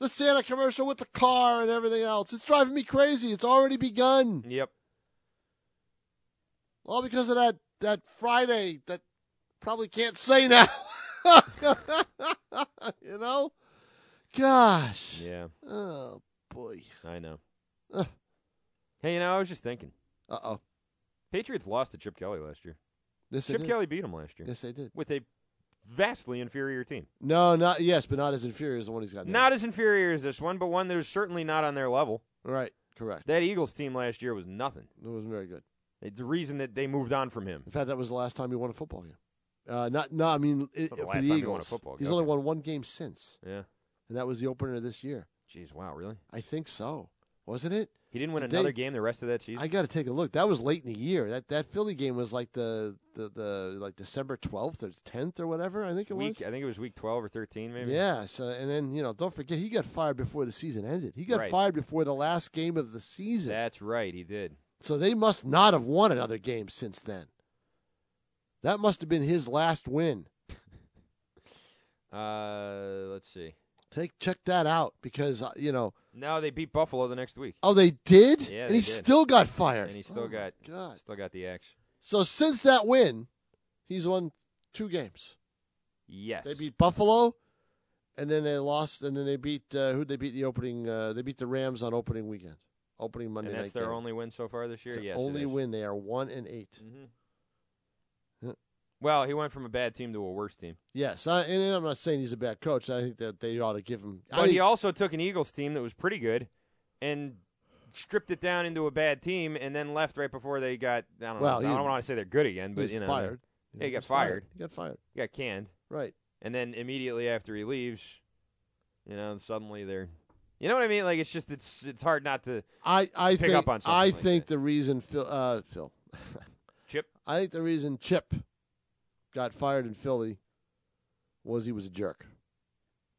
[SPEAKER 2] The Santa commercial with the car and everything else. It's driving me crazy. It's already begun.
[SPEAKER 1] Yep.
[SPEAKER 2] All because of that that Friday that probably can't say now. you know? Gosh.
[SPEAKER 1] Yeah.
[SPEAKER 2] Oh boy.
[SPEAKER 1] I know. Hey, you know, I was just thinking.
[SPEAKER 2] Uh oh.
[SPEAKER 1] Patriots lost to Chip Kelly last year.
[SPEAKER 2] Yes, they
[SPEAKER 1] Chip
[SPEAKER 2] did.
[SPEAKER 1] Kelly beat him last year.
[SPEAKER 2] Yes, they did.
[SPEAKER 1] With a vastly inferior team.
[SPEAKER 2] No, not yes, but not as inferior as the one he's got now.
[SPEAKER 1] Not as inferior as this one, but one that was certainly not on their level.
[SPEAKER 2] Right, correct.
[SPEAKER 1] That Eagles team last year was nothing.
[SPEAKER 2] It wasn't very good.
[SPEAKER 1] The reason that they moved on from him.
[SPEAKER 2] In fact, that was the last time he won a football game. Uh, not no, I mean it,
[SPEAKER 1] Not the
[SPEAKER 2] for the
[SPEAKER 1] last time he won
[SPEAKER 2] Eagles.
[SPEAKER 1] a football
[SPEAKER 2] He's
[SPEAKER 1] game.
[SPEAKER 2] only won one game since,
[SPEAKER 1] Yeah.
[SPEAKER 2] and that was the opener this year.
[SPEAKER 1] Jeez, wow, really?
[SPEAKER 2] I think so. Wasn't it?
[SPEAKER 1] He didn't win
[SPEAKER 2] Did
[SPEAKER 1] another
[SPEAKER 2] they-
[SPEAKER 1] game the rest of that season.
[SPEAKER 2] I got to take a look. That was late in the year. That that Philly game was like the the, the like December twelfth or tenth or whatever. I think it
[SPEAKER 1] week,
[SPEAKER 2] was.
[SPEAKER 1] I think it was week 12 or 13, maybe.
[SPEAKER 2] Yeah. So and then you know don't forget he got fired before the season ended. He got
[SPEAKER 1] Right.
[SPEAKER 2] fired before the last game of the season.
[SPEAKER 1] That's right, he did.
[SPEAKER 2] So they must not have won another game since then. That must have been his last win.
[SPEAKER 1] Uh, let's see.
[SPEAKER 2] Take check that out because uh, you know
[SPEAKER 1] No, they beat Buffalo the next week.
[SPEAKER 2] oh they did
[SPEAKER 1] Yeah,
[SPEAKER 2] and
[SPEAKER 1] they
[SPEAKER 2] he
[SPEAKER 1] did.
[SPEAKER 2] still got fired.
[SPEAKER 1] And he still
[SPEAKER 2] Oh,
[SPEAKER 1] got still got the axe.
[SPEAKER 2] So since that win, he's won two games.
[SPEAKER 1] Yes.
[SPEAKER 2] They beat Buffalo, and then they lost, and then they beat uh, who? They beat the opening. Uh, they beat the Rams on opening weekend, opening Monday
[SPEAKER 1] and that's
[SPEAKER 2] night.
[SPEAKER 1] their
[SPEAKER 2] game.
[SPEAKER 1] only win so far this
[SPEAKER 2] It's
[SPEAKER 1] year.
[SPEAKER 2] their
[SPEAKER 1] yes, it
[SPEAKER 2] only
[SPEAKER 1] is.
[SPEAKER 2] win. They are one and 8 Yeah.
[SPEAKER 1] Mm-hmm. Well, he went from a bad team to a worse team.
[SPEAKER 2] Yes, I, and I'm not saying he's a bad coach. I think that they ought to give him. I
[SPEAKER 1] But he
[SPEAKER 2] think-
[SPEAKER 1] also took an Eagles team that was pretty good and stripped it down into a bad team and then left right before they got I don't
[SPEAKER 2] Well,
[SPEAKER 1] know.
[SPEAKER 2] he-
[SPEAKER 1] I don't want to say they're good again,
[SPEAKER 2] he
[SPEAKER 1] but
[SPEAKER 2] was
[SPEAKER 1] you know.
[SPEAKER 2] fired.
[SPEAKER 1] Yeah, he
[SPEAKER 2] He
[SPEAKER 1] got
[SPEAKER 2] was fired.
[SPEAKER 1] fired.
[SPEAKER 2] He got fired.
[SPEAKER 1] He got canned.
[SPEAKER 2] Right.
[SPEAKER 1] And then immediately after he leaves, you know, suddenly they're You know what I mean? Like it's just it's it's hard not to
[SPEAKER 2] I, I
[SPEAKER 1] pick
[SPEAKER 2] think,
[SPEAKER 1] up on something
[SPEAKER 2] I
[SPEAKER 1] like that.
[SPEAKER 2] think the reason Phil, uh, Phil,
[SPEAKER 1] Chip.
[SPEAKER 2] I think the reason Chip got fired in Philly was he was a jerk.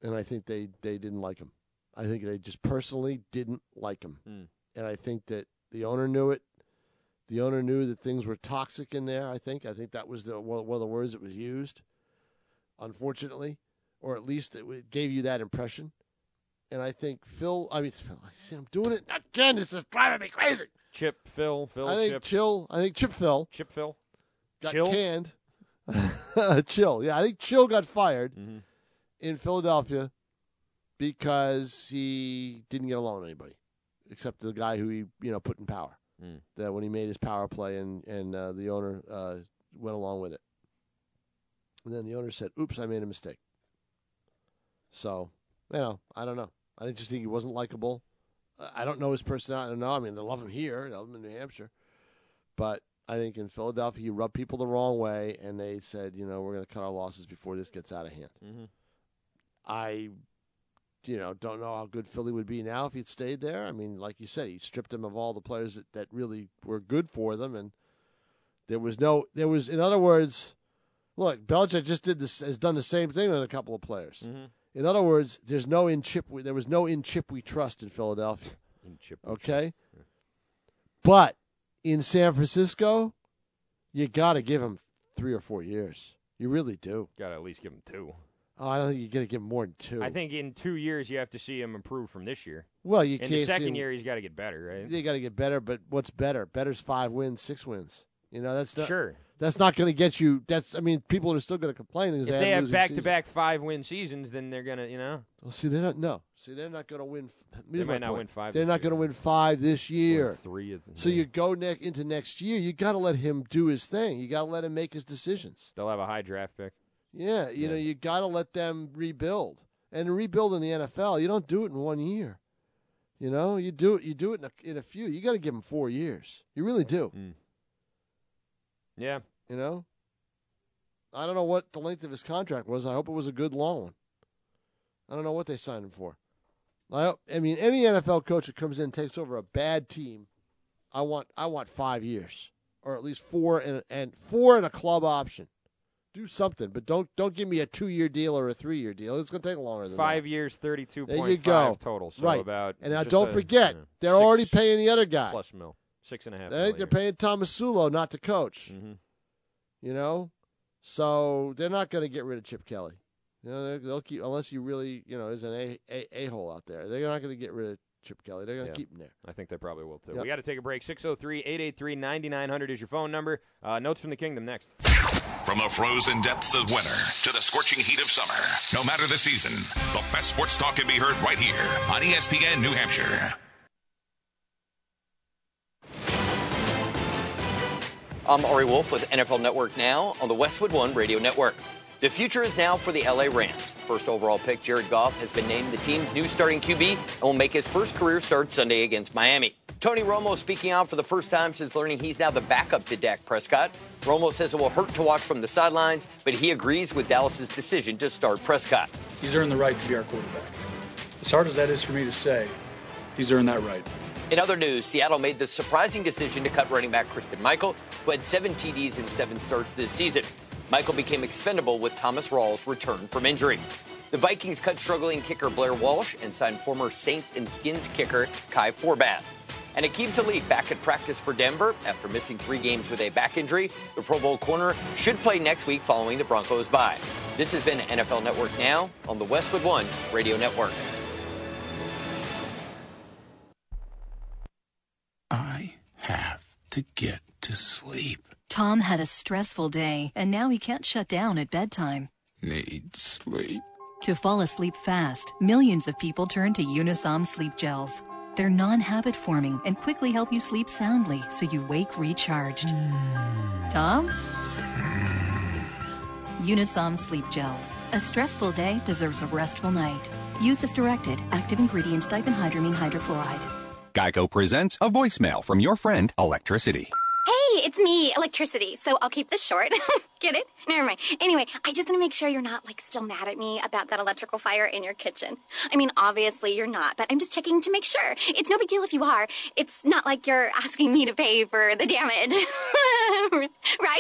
[SPEAKER 2] and I think they they didn't like him. I think they just personally didn't like him,
[SPEAKER 1] Hmm.
[SPEAKER 2] and I think that the owner knew it. The owner knew that things were toxic in there. I think I think that was the one one of the words that was used. Unfortunately, or at least it, it gave you that impression. And I think Phil. I mean, Phil, see, I'm doing it again. This is driving me crazy.
[SPEAKER 1] Chip, Phil, Phil,
[SPEAKER 2] I think
[SPEAKER 1] Chip.
[SPEAKER 2] Chill. I think Chip Phil.
[SPEAKER 1] Chip Phil
[SPEAKER 2] got
[SPEAKER 1] Chill?
[SPEAKER 2] canned. Chill. Yeah, I think Chill got fired
[SPEAKER 1] Mm-hmm.
[SPEAKER 2] in Philadelphia because he didn't get along with anybody except the guy who he you know put in power.
[SPEAKER 1] Mm.
[SPEAKER 2] That when he made his power play and and uh, the owner uh, went along with it, and then the owner said, "Oops, I made a mistake." So you know, I don't know. I just think he wasn't likable. I- I don't know his personality. I don't know. I mean, they love him here. They love him in New Hampshire. But I think in Philadelphia, you rub people the wrong way, and they said, you know, we're going to cut our losses before this gets out of hand.
[SPEAKER 1] Mhm.
[SPEAKER 2] I, you know, don't know how good Philly would be now if he'd stayed there. I mean, like you said, he stripped them of all the players that, that really were good for them, and there was no, there was, in other words, look, Belichick just did this, has done the same thing with a couple of players.
[SPEAKER 1] Mhm.
[SPEAKER 2] In other words, there's no in chip. We, there was no in chip we trust in Philadelphia.
[SPEAKER 1] In chip we
[SPEAKER 2] okay. But in San Francisco, you got to give him three or four years. You really do.
[SPEAKER 1] Got to at least give him two.
[SPEAKER 2] Oh, I don't think you're going to give him more than two.
[SPEAKER 1] I think in two years you have to see him improve from this year.
[SPEAKER 2] Well, you
[SPEAKER 1] in
[SPEAKER 2] can't
[SPEAKER 1] the
[SPEAKER 2] see
[SPEAKER 1] second
[SPEAKER 2] him-
[SPEAKER 1] year he's got to get better, right?
[SPEAKER 2] they got to get better. But what's better? Better's five wins, six wins. You know, that's not,
[SPEAKER 1] Sure.
[SPEAKER 2] That's not going to get you. That's. I mean, people are still going to complain.
[SPEAKER 1] If they have back to back five win seasons, then they're gonna, you know,
[SPEAKER 2] Well, see, they're not. No. See, they're not going to win. f- here's
[SPEAKER 1] They might
[SPEAKER 2] my
[SPEAKER 1] not
[SPEAKER 2] point.
[SPEAKER 1] win five
[SPEAKER 2] They're
[SPEAKER 1] this
[SPEAKER 2] not
[SPEAKER 1] year.
[SPEAKER 2] going to win five this year.
[SPEAKER 1] three of them.
[SPEAKER 2] So you go ne- into next year, you got to let him do his thing. You got to let him make his decisions.
[SPEAKER 1] They'll have a high draft pick.
[SPEAKER 2] Yeah, you know, you got to let them rebuild. And to rebuild in the NFL, you don't do it in one year. You know, you do it. You do it in a, in a few. You got to give them four years. You really do.
[SPEAKER 1] Yeah.
[SPEAKER 2] You know, I don't know what the length of his contract was. I hope it was a good long one. I don't know what they signed him for. I hope, I mean, any NFL coach that comes in and takes over a bad team, I want I want five years or at least four and and four and a club option. Do something, but don't don't give me a two year deal or a three year deal. It's going to take longer than
[SPEAKER 1] Five
[SPEAKER 2] That.
[SPEAKER 1] years, thirty-two
[SPEAKER 2] There you
[SPEAKER 1] point
[SPEAKER 2] go.
[SPEAKER 1] five total. So
[SPEAKER 2] right.
[SPEAKER 1] about
[SPEAKER 2] and now
[SPEAKER 1] just
[SPEAKER 2] don't
[SPEAKER 1] a,
[SPEAKER 2] forget
[SPEAKER 1] you know,
[SPEAKER 2] they're already paying the other guy.
[SPEAKER 1] plus mil, six and a Mm-hmm. half.
[SPEAKER 2] I think
[SPEAKER 1] million.
[SPEAKER 2] they're paying Tomasulo not to coach. You know, so they're not going to get rid of Chip Kelly. You know, they- they'll keep unless you really, you know, is an a a hole out there. They're not going to get rid of Chip Kelly. They're going to
[SPEAKER 1] Yeah.
[SPEAKER 2] keep him there.
[SPEAKER 1] I think they probably will too.
[SPEAKER 2] Yep.
[SPEAKER 1] We got to take a break. 603 883 9900 is your phone number. Uh, notes from the kingdom next.
[SPEAKER 4] From the frozen depths of winter to the scorching heat of summer, no matter the season, the best sports talk can be heard right here on E ESPN New Hampshire.
[SPEAKER 17] I'm Ari Wolf with NFL Network Now on the Westwood One Radio Network. The future is now for the LA Rams. First overall pick Jared Goff has been named the team's new starting QB and will make his first career start Sunday against Miami. Tony Romo speaking out for the first time since learning he's now the backup to Dak Prescott. Romo says it will hurt to watch from the sidelines, but he agrees with Dallas's decision to start Prescott.
[SPEAKER 18] He's earned the right to be our quarterback. As hard as that is for me to say, he's earned that right.
[SPEAKER 17] In other news, Seattle made the surprising decision to cut running back Kristen Michael, who had seven TDs in seven starts this season. Michael became expendable with Thomas Rawls' return from injury. The Vikings cut struggling kicker Blair Walsh and signed former Saints and Skins kicker Kai Forbath. And Akeem Talib back at practice for Denver after missing three games with a back injury. The Pro Bowl corner should play next week following the Broncos' bye. This has been NFL Network Now on the Westwood One Radio Network.
[SPEAKER 19] to get to sleep.
[SPEAKER 20] Tom had a stressful day, and now he can't shut down at bedtime.
[SPEAKER 19] Need sleep.
[SPEAKER 20] To fall asleep fast, millions of people turn to Unisom sleep gels. They're non habit forming and quickly help you sleep soundly so you wake recharged. Tom? Unisom sleep gels. A stressful day deserves a restful night. Use as directed. Active ingredient diphenhydramine hydrochloride.
[SPEAKER 21] Geico presents a voicemail from your friend, Electricity.
[SPEAKER 22] Hey, it's me, electricity. So I'll keep this short. Get it? Never mind. Anyway, I just want to make sure you're not like still mad at me about that electrical fire in your kitchen. I mean, obviously you're not, but I'm just checking to make sure. It's no big deal if you are. It's not like you're asking me to pay for the damage. right?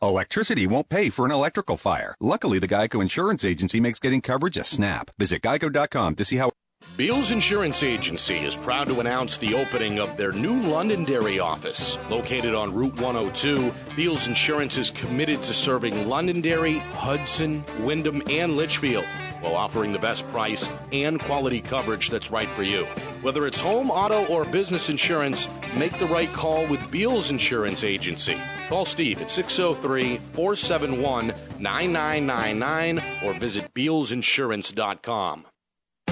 [SPEAKER 21] Electricity won't pay for an electrical fire. Luckily, the Geico Insurance Agency makes getting coverage a snap. Visit geico.com to see how.
[SPEAKER 7] Beals Insurance Agency is proud to announce the opening of their new Londonderry office. Located on Route 102, Beals Insurance is committed to serving Londonderry, Hudson, Wyndham, and Litchfield while offering the best price and quality coverage that's right for you. Whether it's home, auto, or business insurance, make the right call with Beals Insurance Agency. Call Steve at 603 471 9999 or visit BealsInsurance.com.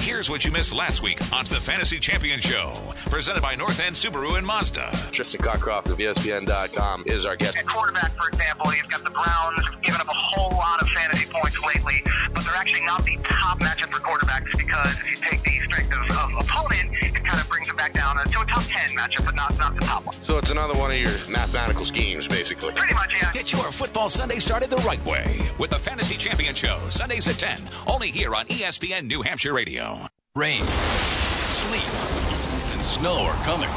[SPEAKER 4] Here's what you missed last week on the Fantasy Champion Show, presented by North End Subaru and Mazda.
[SPEAKER 7] Tristan Cockcroft of ESPN.com is our guest.
[SPEAKER 3] quarterback, for example, he's got the Browns giving up a whole lot of fantasy points lately, but they're actually not the top matchup for quarterbacks because if you take the strength of, of opponent, it kind of brings them back down uh, to a top 10 matchup, but not, not the top one.
[SPEAKER 7] So it's another one of your mathematical schemes, basically.
[SPEAKER 3] Pretty much, yeah.
[SPEAKER 4] Get your football Sunday started the right way with the Fantasy Champion Show, Sundays at 10, only here on E ESPN New Hampshire Radio.
[SPEAKER 5] Rain, sleet, and snow are coming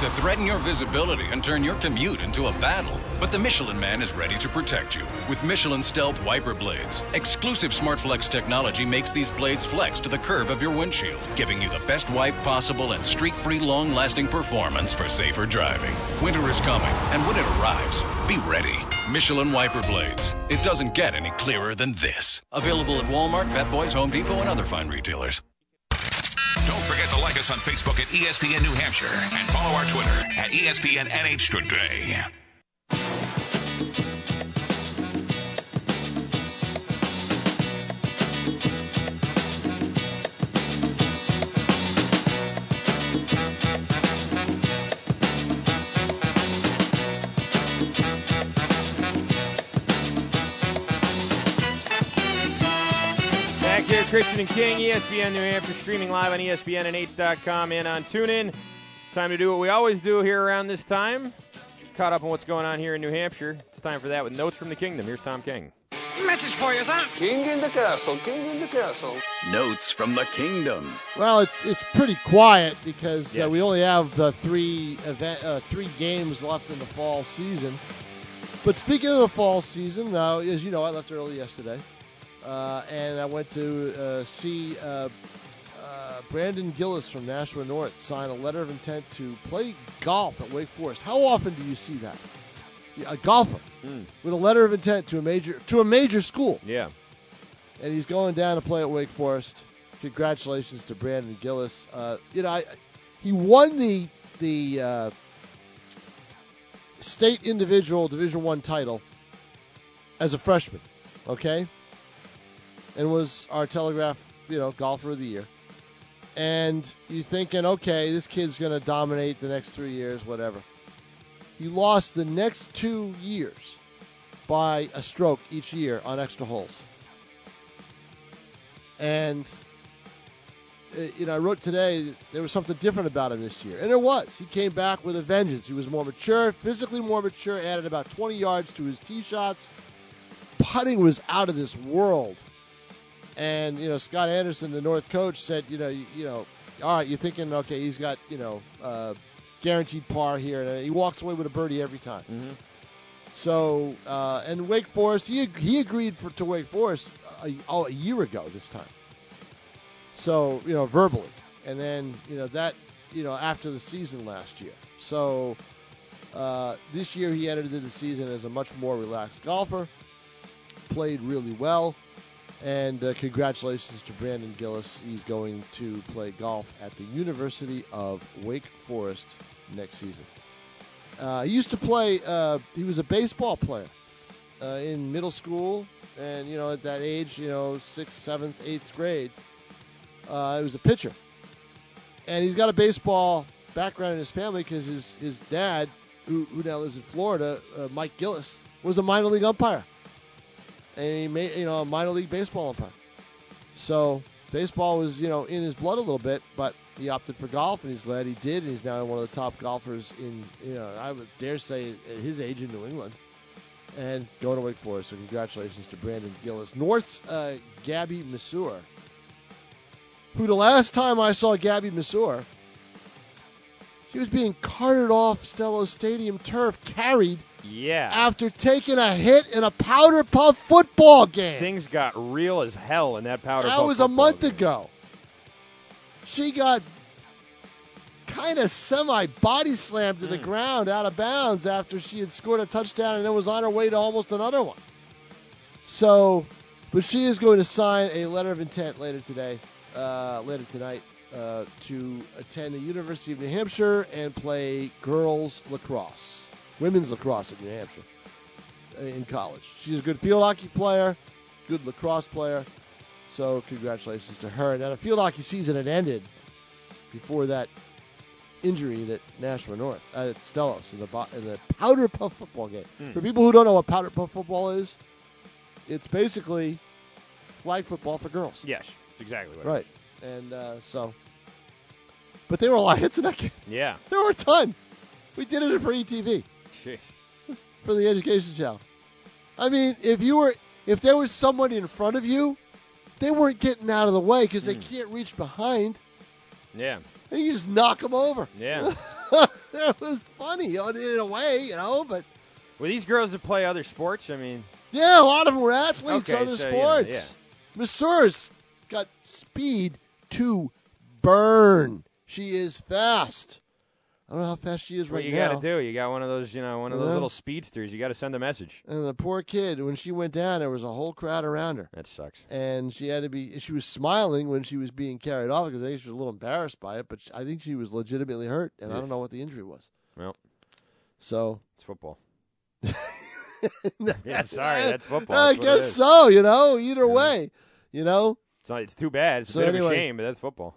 [SPEAKER 5] to threaten your visibility and turn your commute into a battle. But the Michelin Man is ready to protect you with Michelin Stealth Wiper Blades. Exclusive SmartFlex technology makes these blades flex to the curve of your windshield, giving you the best wipe possible and streak free, long lasting performance for safer driving. Winter is coming, and when it arrives, be ready. Michelin Wiper Blades. It doesn't get any clearer than this. Available at Walmart, Pet Boys, Home Depot, and other fine retailers.
[SPEAKER 4] Don't forget to like us on Facebook at E ESPN New Hampshire and follow our Twitter at E ESPN NH Today. Back here, Christian and King,
[SPEAKER 1] E
[SPEAKER 4] ESPN New Hampshire, streaming live on ESPN and H.com and on TuneIn. Time to do what we always do here around this time. Caught up on what's going on here in New Hampshire. It's time for that with Notes from the Kingdom. Here's Tom King.
[SPEAKER 23] Message for you, son. King in the castle, king in the castle.
[SPEAKER 24] Notes from the Kingdom.
[SPEAKER 2] Well, it's it's pretty quiet because uh, we only have uh, three event uh, three games left in the fall season. But speaking of the fall season, uh, as you know, I left early yesterday, uh, and I went to uh, see uh, uh, Brandon Gillis from Nashua North sign a letter of intent to play golf at Wake Forest. How often do you see that? A golfer with a letter of intent to a major to a major school
[SPEAKER 1] Yeah.
[SPEAKER 2] and he's going down to play at Wake Forest. Congratulations to Brandon Gillis. Uh, you know, I, he won the the uh, state individual Division One title as a freshman. Okay, and was our Telegraph, you know, golfer of the year. And you're thinking, okay, this kid's going to dominate the next three years, whatever. He lost the next two years by a stroke each year on extra holes and uh, you know, I wrote today that there was something different about him this year, and there was. He came back with a vengeance. He was more mature, physically more mature, added about 20 yards to his tee shots. Putting was out of this world, and you know, Scott Anderson, the North coach, said, you know, you, you know, all right, you're thinking, okay, he's got you know, uh, guaranteed par here, and he walks away with a birdie every time. So, uh, and Wake Forest, he, he agreed for, to Wake Forest a, oh, a year ago this time. So, you know, verbally. And then, you know, that, you know, after the season last year. So, uh, this year he entered into the season as a much more relaxed golfer, played really well. And uh, congratulations to Brandon Gillis. He's going to play golf at the University of Wake Forest next season. Uh, he used to play. Uh, he was a baseball player uh, in middle school, and you know at that age, you know sixth, seventh, eighth grade, uh, he was a pitcher, and he's got a baseball background in his family because his his dad, who, who now lives in Florida, uh, Mike Gillis, was a minor league umpire, and he made you know a minor league baseball umpire. So baseball was, you know, in his blood a little bit, but he opted for golf, and he's glad he did. And he's now one of the top golfers in, you know, I would dare say at his age in New England, and going to Wake Forest. So congratulations to Brandon Gillis, North's uh, Gabby Masur, who the last time I saw Gabby Masur, She was being carted off Stello Stadium turf, carried
[SPEAKER 1] Yeah.
[SPEAKER 2] after taking a hit in a powder puff football game.
[SPEAKER 1] Things got real as hell in that powder.
[SPEAKER 2] That
[SPEAKER 1] puff
[SPEAKER 2] was a
[SPEAKER 1] football
[SPEAKER 2] month
[SPEAKER 1] game.
[SPEAKER 2] ago. She got kind of semi body slammed to the ground out of bounds after she had scored a touchdown and then was on her way to almost another one. So, but she is going to sign a letter of intent later today, uh, later tonight, uh, to attend the University of New Hampshire and play girls lacrosse, women's lacrosse at New Hampshire uh, in college. She's a good field hockey player, good lacrosse player. So congratulations to her. Now the field hockey season had ended before that injury that Nashua North uh, at Stellos in the bo- in the powder puff football game.
[SPEAKER 11] Hmm.
[SPEAKER 2] For people who don't know what powder puff football is, it's basically flag football for girls.
[SPEAKER 1] Yes, exactly. What it
[SPEAKER 2] Right. And uh, so, but there were a lot of hits in that game.
[SPEAKER 1] is. Yeah.
[SPEAKER 2] There were a ton. We did it for E ETV
[SPEAKER 1] Sheesh.
[SPEAKER 2] for the education channel. I mean, if you were, if there was somebody in front of you, they weren't getting out of the way because
[SPEAKER 1] Hmm.
[SPEAKER 2] they can't reach behind.
[SPEAKER 1] Yeah.
[SPEAKER 2] And you just knock them over.
[SPEAKER 1] Yeah.
[SPEAKER 2] that was funny you know, in a way, you know, but
[SPEAKER 1] Were these girls that play other sports? I mean,
[SPEAKER 2] yeah, a lot of them were athletes,
[SPEAKER 1] Okay,
[SPEAKER 2] other
[SPEAKER 1] so, you know,
[SPEAKER 2] sports. Masseur's got speed to burn. She is fast. I don't know how fast she is
[SPEAKER 1] what
[SPEAKER 2] right
[SPEAKER 1] you
[SPEAKER 2] now.
[SPEAKER 1] got to do? You got one of those, you know, one of those
[SPEAKER 2] Yeah.
[SPEAKER 1] little speedsters. You got to send a message.
[SPEAKER 2] And the poor kid, when she went down, there was a whole crowd around her.
[SPEAKER 1] That sucks.
[SPEAKER 2] And she had to be, she was smiling when she was being carried off because I think she was a little embarrassed by it, but I think she was legitimately hurt, and I
[SPEAKER 1] Yes.
[SPEAKER 2] don't know what the injury was.
[SPEAKER 1] Well,
[SPEAKER 2] So.
[SPEAKER 1] it's football. yeah, sorry, that's football.
[SPEAKER 2] I
[SPEAKER 1] That's what it
[SPEAKER 2] guess
[SPEAKER 1] is.
[SPEAKER 2] so, you know, either way, you know.
[SPEAKER 1] It's, not, it's too bad. It's
[SPEAKER 2] So
[SPEAKER 1] a bit of
[SPEAKER 2] anyway.
[SPEAKER 1] a shame, but that's football.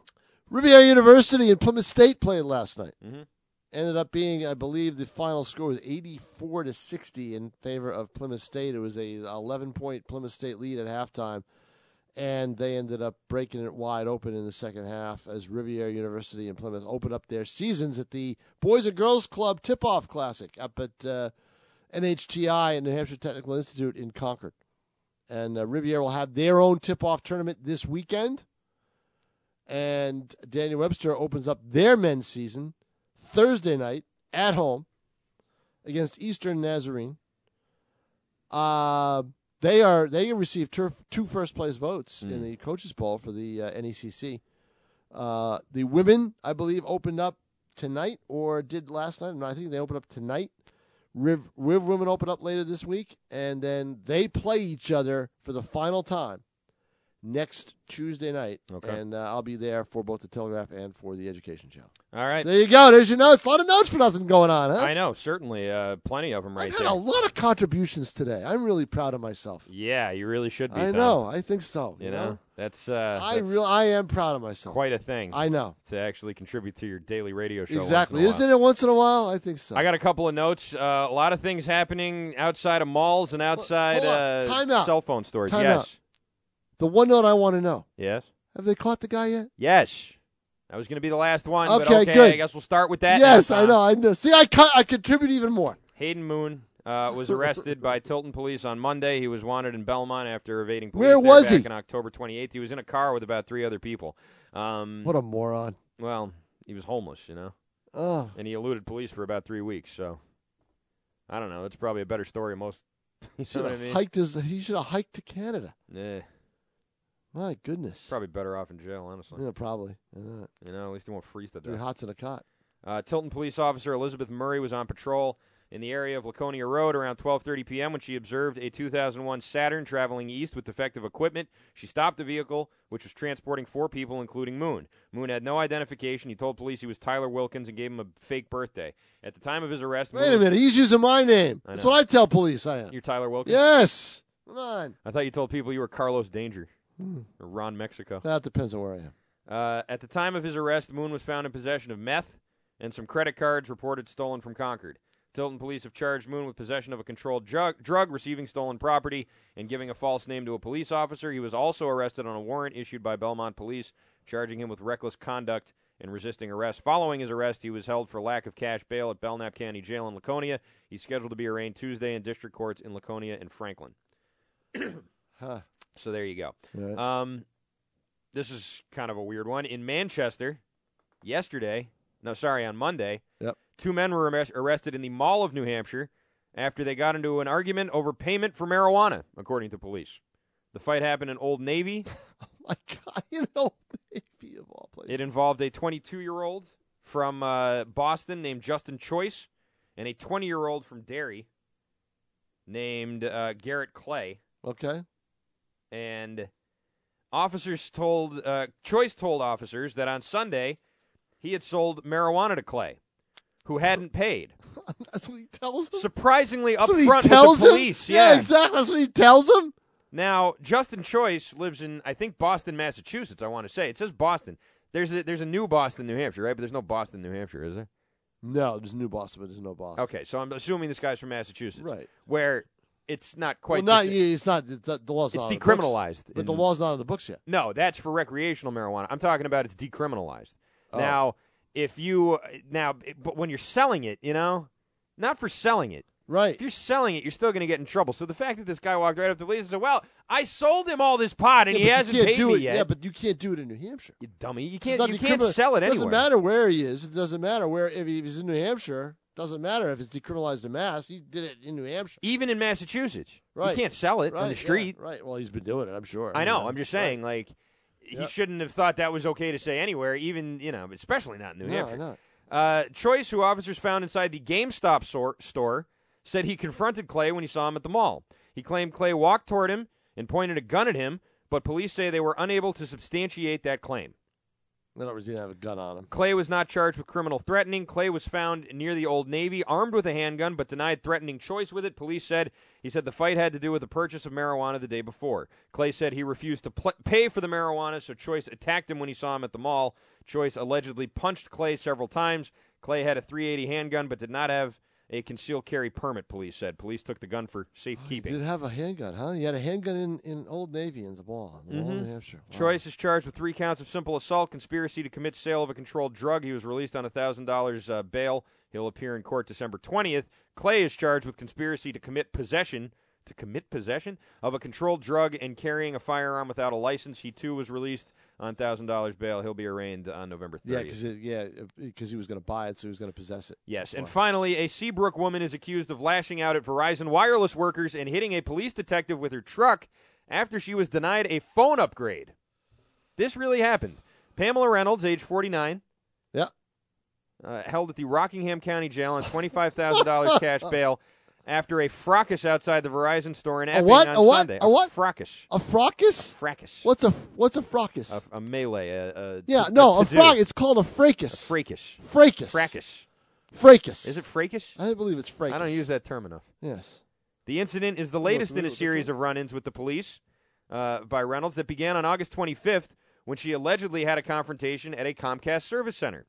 [SPEAKER 2] Riviera University and Plymouth State played last night.
[SPEAKER 1] Mhm.
[SPEAKER 2] Ended up being, I believe, the final score was 84 to 60 in favor of Plymouth State. It was a 11 point Plymouth State lead at halftime, and they ended up breaking it wide open in the second half as Riviera University and Plymouth opened up their seasons at the Boys and Girls Club Tip Off Classic up at uh, NHTI and New Hampshire Technical Institute in Concord. And uh, Riviera will have their own tip off tournament this weekend and Daniel Webster opens up their men's season Thursday night at home against Eastern Nazarene. Uh, they are they received tur- two first place votes in the coaches' poll for the uh, NECC. Uh, the women, I believe, opened up tonight or did last night. No, I think they opened up tonight. Riv, Riv women open up later this week, and then they play each other for the final time next Tuesday night.
[SPEAKER 1] Okay.
[SPEAKER 2] And uh, I'll be there for both the Telegraph and for the Education Channel.
[SPEAKER 1] All right.
[SPEAKER 2] So there you go. There's your notes. A lot of notes for nothing going on, huh?
[SPEAKER 1] I know, certainly. Uh, plenty of them right
[SPEAKER 2] Got
[SPEAKER 1] there.
[SPEAKER 2] a lot of contributions today. I'm really proud of myself.
[SPEAKER 1] Yeah, you really should be.
[SPEAKER 2] I
[SPEAKER 1] Tom.
[SPEAKER 2] know. I think so.
[SPEAKER 1] You know, that's. Uh,
[SPEAKER 2] I
[SPEAKER 1] that's
[SPEAKER 2] real. I am proud of myself.
[SPEAKER 1] quite a thing.
[SPEAKER 2] I know.
[SPEAKER 1] To actually contribute to your daily radio show. once in a
[SPEAKER 2] Exactly.
[SPEAKER 1] while.
[SPEAKER 2] Isn't it once in a while? I think so.
[SPEAKER 1] I got a couple of notes. Uh, a lot of things happening outside of malls and outside
[SPEAKER 2] Hold on.
[SPEAKER 1] uh,
[SPEAKER 2] Time out.
[SPEAKER 1] cell phone stores.
[SPEAKER 2] Time
[SPEAKER 1] yes.
[SPEAKER 2] out. The one note I want to know:
[SPEAKER 1] Yes.
[SPEAKER 2] Have they caught the guy yet?
[SPEAKER 1] Yes. That was going to be the last one. but
[SPEAKER 2] Okay,
[SPEAKER 1] okay,
[SPEAKER 2] good.
[SPEAKER 1] I guess we'll start with that.
[SPEAKER 2] yes,
[SPEAKER 1] now,
[SPEAKER 2] I
[SPEAKER 1] Tom.
[SPEAKER 2] know. I know. See, I co- I contribute even more.
[SPEAKER 1] Hayden Moon uh, was arrested by Tilton police on Monday. He was wanted in Belmont after evading police.
[SPEAKER 2] Where
[SPEAKER 1] there
[SPEAKER 2] was
[SPEAKER 1] back
[SPEAKER 2] he?
[SPEAKER 1] On October 28th, he was in a car with about three other people. Um,
[SPEAKER 2] What a moron.
[SPEAKER 1] well, he was homeless, you know,
[SPEAKER 2] Oh,
[SPEAKER 1] and he eluded police for about three weeks. So, I don't know. That's probably a better story. than Most, you know
[SPEAKER 2] should
[SPEAKER 1] what
[SPEAKER 2] have
[SPEAKER 1] I mean?
[SPEAKER 2] hiked his. He should have hiked to Canada.
[SPEAKER 1] Yeah,
[SPEAKER 2] My goodness.
[SPEAKER 1] probably better off in jail, honestly.
[SPEAKER 2] Yeah, probably. Yeah.
[SPEAKER 1] You know, at least he won't freeze to
[SPEAKER 2] Three
[SPEAKER 1] death.
[SPEAKER 2] hots in a cot.
[SPEAKER 1] Uh, Tilton police officer Elizabeth Murray was on patrol in the area of Laconia Road around 12:30 p.m. when she observed a 2001 Saturn traveling east with defective equipment. She stopped the vehicle, which was transporting four people, including Moon. Moon had no identification. He told police he was Tyler Wilkins and gave him a fake birthday. At the time of his arrest,
[SPEAKER 2] Wait
[SPEAKER 1] Moon
[SPEAKER 2] a
[SPEAKER 1] was-
[SPEAKER 2] minute. He's using my name.
[SPEAKER 1] I
[SPEAKER 2] That's
[SPEAKER 1] know.
[SPEAKER 2] what I tell police I am.
[SPEAKER 1] You're Tyler Wilkins.
[SPEAKER 2] Yes. Come on.
[SPEAKER 1] I thought you told people you were Carlos Danger
[SPEAKER 2] Hmm.
[SPEAKER 1] or Ron Mexico.
[SPEAKER 2] That depends on where I am.
[SPEAKER 1] Uh, at the time of his arrest, Moon was found in possession of meth and some credit cards reported stolen from Concord. Tilton police have charged Moon with possession of a controlled drug, drug, receiving stolen property, and giving a false name to a police officer. He was also arrested on a warrant issued by Belmont police, charging him with reckless conduct and resisting arrest. Following his arrest, he was held for lack of cash bail at Belknap County Jail in Laconia. He's scheduled to be arraigned Tuesday in district courts in Laconia and Franklin.
[SPEAKER 2] Huh.
[SPEAKER 1] So there you go.
[SPEAKER 2] Right.
[SPEAKER 1] Um, this is kind of a weird one. In Manchester, yesterday, no, sorry, on Monday,
[SPEAKER 2] Yep.
[SPEAKER 1] two men were arres- arrested in the Mall of New Hampshire after they got into an argument over payment for marijuana, according to police. The fight happened in Old Navy.
[SPEAKER 2] Oh, you know, Navy of all places.
[SPEAKER 1] It involved a 22 year old from uh, Boston named Justin Choice and a 20 year old from Derry named uh, Garrett Clay.
[SPEAKER 2] Okay.
[SPEAKER 1] And officers told, uh, Choice told officers that on Sunday he had sold marijuana to Clay, who hadn't paid.
[SPEAKER 2] That's what he tells him.
[SPEAKER 1] Surprisingly
[SPEAKER 2] That's what he
[SPEAKER 1] upfront with
[SPEAKER 2] tells
[SPEAKER 1] the
[SPEAKER 2] him?
[SPEAKER 1] police.
[SPEAKER 2] Yeah,
[SPEAKER 1] Yeah.
[SPEAKER 2] exactly. That's what he tells him.
[SPEAKER 1] Now, Justin Choice lives in, I think, Boston, Massachusetts. I want to say it says Boston. There's a, there's a new Boston, New Hampshire, right? But there's no Boston, New Hampshire, is there?
[SPEAKER 2] No, there's New Boston, but there's no Boston.
[SPEAKER 1] Okay, so I'm assuming this guy's from Massachusetts,
[SPEAKER 2] Right.
[SPEAKER 1] Where it's not quite
[SPEAKER 2] well, not
[SPEAKER 1] the sa-
[SPEAKER 2] yeah, it's not it's not- the law's
[SPEAKER 1] It's
[SPEAKER 2] not on the
[SPEAKER 1] decriminalized
[SPEAKER 2] books, but the
[SPEAKER 1] in-
[SPEAKER 2] law's not on the books yet.
[SPEAKER 1] No, that's for recreational marijuana. I'm talking about it's decriminalized.
[SPEAKER 2] Oh.
[SPEAKER 1] Now, if you now, but when you're selling it, you know, not for selling it,
[SPEAKER 2] right?
[SPEAKER 1] If you're selling it, you're still going to get in trouble. So the fact that this guy walked right up to police and said, "Well, I sold him all this pot and
[SPEAKER 2] Yeah,
[SPEAKER 1] he
[SPEAKER 2] but you
[SPEAKER 1] hasn't
[SPEAKER 2] can't
[SPEAKER 1] paid
[SPEAKER 2] do
[SPEAKER 1] me
[SPEAKER 2] it.
[SPEAKER 1] yet."
[SPEAKER 2] Yeah, but you can't do it in New Hampshire.
[SPEAKER 1] You dummy, you
[SPEAKER 2] It's
[SPEAKER 1] can't
[SPEAKER 2] not
[SPEAKER 1] you can't
[SPEAKER 2] decriminal-
[SPEAKER 1] sell it
[SPEAKER 2] Doesn't
[SPEAKER 1] anywhere.
[SPEAKER 2] matter where he is. It doesn't matter where if he- if he's in New Hampshire. Doesn't matter if it's decriminalized in Mass. He did it in New Hampshire.
[SPEAKER 1] Even in Massachusetts,
[SPEAKER 2] Right.
[SPEAKER 1] you can't sell it
[SPEAKER 2] Right,
[SPEAKER 1] on
[SPEAKER 2] yeah,
[SPEAKER 1] the street.
[SPEAKER 2] right. Well, he's been doing it. I'm sure.
[SPEAKER 1] I know.
[SPEAKER 2] mean,
[SPEAKER 1] I'm just saying,
[SPEAKER 2] right.
[SPEAKER 1] like, he
[SPEAKER 2] Yep.
[SPEAKER 1] shouldn't have thought that was okay to say anywhere, even you know, especially not in New
[SPEAKER 2] No,
[SPEAKER 1] Hampshire.
[SPEAKER 2] not.
[SPEAKER 1] Uh, Choice, who officers found inside the GameStop sor- store, said he confronted Clay when he saw him at the mall. He claimed Clay walked toward him and pointed a gun at him, but police say they were unable to substantiate that claim.
[SPEAKER 2] In other words, he didn't have a gun on him.
[SPEAKER 1] Clay was not charged with criminal threatening. Clay was found near the Old Navy armed with a handgun but denied threatening choice with it. Police said he said the fight had to do with the purchase of marijuana the day before. Clay said he refused to pl- pay for the marijuana, so Choice attacked him when he saw him at the mall. Choice allegedly punched Clay several times. Clay had a 380 handgun but did not have a concealed carry permit, police said. Police took the gun for
[SPEAKER 2] He
[SPEAKER 1] safekeeping.
[SPEAKER 2] did have a handgun, huh? He had a handgun in, in Old Navy in the ball, in the wall of
[SPEAKER 1] Mhm.
[SPEAKER 2] New Hampshire. Wow.
[SPEAKER 1] Choice is charged with three counts of simple assault, conspiracy to commit sale of a controlled drug. He was released on a thousand dollars uh, bail. He'll appear in court December twentieth. Clay is charged with conspiracy to commit possession to commit possession of a controlled drug and carrying a firearm without a license. He too was released on thousand dollars bail. He'll be arraigned on November
[SPEAKER 2] Yeah,
[SPEAKER 1] thirtieth.
[SPEAKER 2] because yeah, because he was going to buy it, so he was going to possess it.
[SPEAKER 1] Yes, and
[SPEAKER 2] That's why.
[SPEAKER 1] finally, a Seabrook woman is accused of lashing out at Verizon wireless workers and hitting a police detective with her truck after she was denied a phone upgrade. This really happened. Pamela Reynolds, age 49.
[SPEAKER 2] Yeah.
[SPEAKER 1] Uh, held at the Rockingham County Jail on $25,000 cash bail after a fracas outside the Verizon store in
[SPEAKER 2] A
[SPEAKER 1] Epping
[SPEAKER 2] what?
[SPEAKER 1] on
[SPEAKER 2] A what?
[SPEAKER 1] Sunday.
[SPEAKER 2] A what?
[SPEAKER 1] Fracas.
[SPEAKER 2] A fracas?
[SPEAKER 1] fracas.
[SPEAKER 2] What's a what's a fracas?
[SPEAKER 1] A, a melee. A, a-
[SPEAKER 2] yeah,
[SPEAKER 1] a
[SPEAKER 2] no, a
[SPEAKER 1] to-do.
[SPEAKER 2] frac. It's called a fracas.
[SPEAKER 1] Fracas.
[SPEAKER 2] Fracas.
[SPEAKER 1] Fracas.
[SPEAKER 2] Fracas.
[SPEAKER 1] Is it fracas?
[SPEAKER 2] I believe it's fracas.
[SPEAKER 1] I don't use that term enough.
[SPEAKER 2] Yes.
[SPEAKER 1] The incident is the
[SPEAKER 2] Look,
[SPEAKER 1] latest in a
[SPEAKER 2] look, look,
[SPEAKER 1] series of run ins with the police uh, by Reynolds that began on August 25th when she allegedly had a confrontation at a Comcast service center.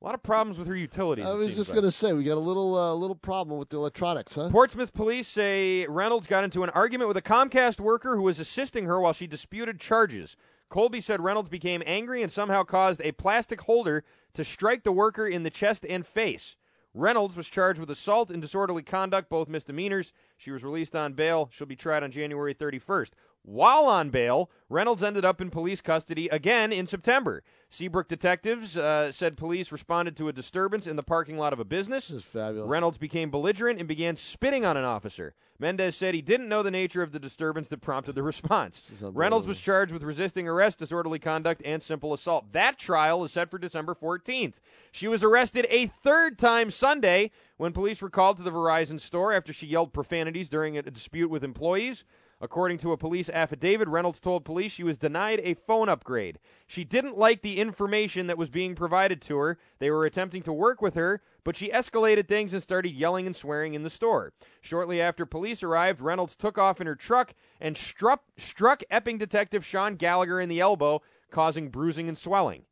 [SPEAKER 1] A lot of problems with her utilities.
[SPEAKER 2] I
[SPEAKER 1] it
[SPEAKER 2] was
[SPEAKER 1] seems
[SPEAKER 2] just
[SPEAKER 1] like.
[SPEAKER 2] going to say we got a little uh, little problem with the electronics, huh?
[SPEAKER 1] Portsmouth police say Reynolds got into an argument with a Comcast worker who was assisting her while she disputed charges. Colby said Reynolds became angry and somehow caused a plastic holder to strike the worker in the chest and face. Reynolds was charged with assault and disorderly conduct, both misdemeanors. She was released on bail. She'll be tried on January 31st. While on bail, Reynolds ended up in police custody again in September. Seabrook detectives uh, said police responded to a disturbance in the parking lot of a business. This
[SPEAKER 2] is fabulous.
[SPEAKER 1] Reynolds became belligerent and began spitting on an officer. Mendez said he didn't know the nature of the disturbance that prompted the response. Reynolds was charged with resisting arrest, disorderly conduct, and simple assault. That trial is set for December 14th. She was arrested a third time Sunday when police were called to the Verizon store after she yelled profanities during a dispute with employees. According to a police affidavit, Reynolds told police she was denied a phone upgrade. She didn't like the information that was being provided to her. They were attempting to work with her, but she escalated things and started yelling and swearing in the store. Shortly after police arrived, Reynolds took off in her truck and struck, struck Epping detective Sean Gallagher in the elbow, causing bruising and swelling.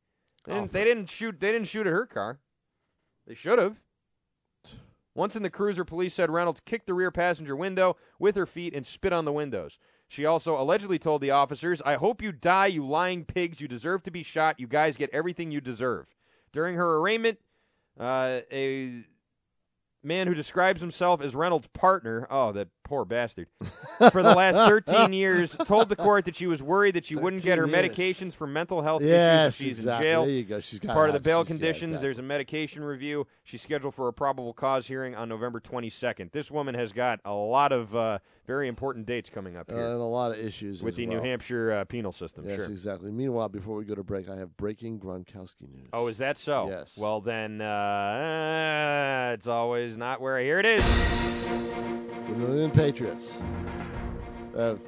[SPEAKER 1] They didn't, they didn't shoot. They didn't shoot at her car. They should have. Once in the cruiser, police said Reynolds kicked the rear passenger window with her feet and spit on the windows. She also allegedly told the officers, I hope you die, you lying pigs. You deserve to be shot. You guys get everything you deserve. During her arraignment, uh, a man who describes himself as Reynolds' partner, oh, that poor bastard, for the last 13 years, told the court that she was worried that she wouldn't get her
[SPEAKER 2] 13
[SPEAKER 1] medications for mental health
[SPEAKER 2] Yes,
[SPEAKER 1] issues if she's
[SPEAKER 2] exactly.
[SPEAKER 1] in jail.
[SPEAKER 2] There you go. She's gotta
[SPEAKER 1] part of the
[SPEAKER 2] have-
[SPEAKER 1] bail
[SPEAKER 2] she's- yeah,
[SPEAKER 1] conditions.
[SPEAKER 2] exactly.
[SPEAKER 1] There's a medication review. She's scheduled for a probable cause hearing on November 22nd. This woman has got a lot of uh, very important dates coming up
[SPEAKER 2] Uh,
[SPEAKER 1] here.
[SPEAKER 2] and a lot of issues
[SPEAKER 1] with
[SPEAKER 2] as
[SPEAKER 1] the New
[SPEAKER 2] well.
[SPEAKER 1] Hampshire uh, penal system.
[SPEAKER 2] yes,
[SPEAKER 1] sure.
[SPEAKER 2] exactly. Meanwhile, before we go to break, I have breaking Gronkowski news.
[SPEAKER 1] Oh, is that so? Yes. Well, then uh, it's always not where. Here it is.
[SPEAKER 2] The New England Patriots have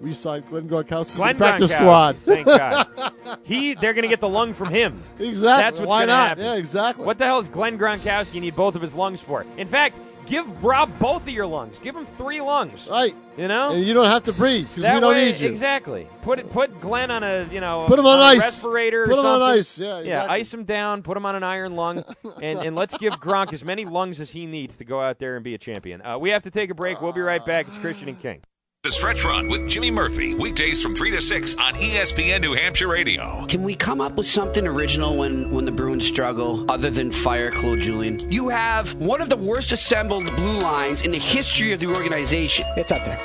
[SPEAKER 2] re-signed Glenn Gronkowski to
[SPEAKER 1] Glenn
[SPEAKER 2] the practice
[SPEAKER 1] Gronkowski.
[SPEAKER 2] squad.
[SPEAKER 1] Thank God. he, they're going to get the lung from him.
[SPEAKER 2] Exactly.
[SPEAKER 1] That's what's
[SPEAKER 2] Why
[SPEAKER 1] gonna
[SPEAKER 2] not?
[SPEAKER 1] Happen.
[SPEAKER 2] Yeah, exactly.
[SPEAKER 1] What the hell is Glenn Gronkowski need both of his lungs for? In fact, give Rob both of your lungs. Give him three lungs.
[SPEAKER 2] Right.
[SPEAKER 1] You know.
[SPEAKER 2] And you don't have to breathe because
[SPEAKER 1] That
[SPEAKER 2] Uh, we don't
[SPEAKER 1] way-
[SPEAKER 2] need you.
[SPEAKER 1] Exactly. Put it, put Glenn on a you know
[SPEAKER 2] Put him on
[SPEAKER 1] a
[SPEAKER 2] ice.
[SPEAKER 1] respirator. or
[SPEAKER 2] Put him on
[SPEAKER 1] something.
[SPEAKER 2] ice, yeah,
[SPEAKER 1] yeah.
[SPEAKER 2] exactly.
[SPEAKER 1] Ice him down. Put him on an iron lung, and and let's give Gronk as many lungs as he needs to go out there and be a champion. Uh, we have to take a break. We'll be right back. It's Christian and King.
[SPEAKER 4] The Stretch Run with Jimmy Murphy, weekdays from 3 to 6 on E ESPN New Hampshire Radio.
[SPEAKER 6] Can we come up with something original when, when the Bruins struggle other than fire Claude Julian? You have one of the worst assembled blue lines in the history of the organization. It's up there.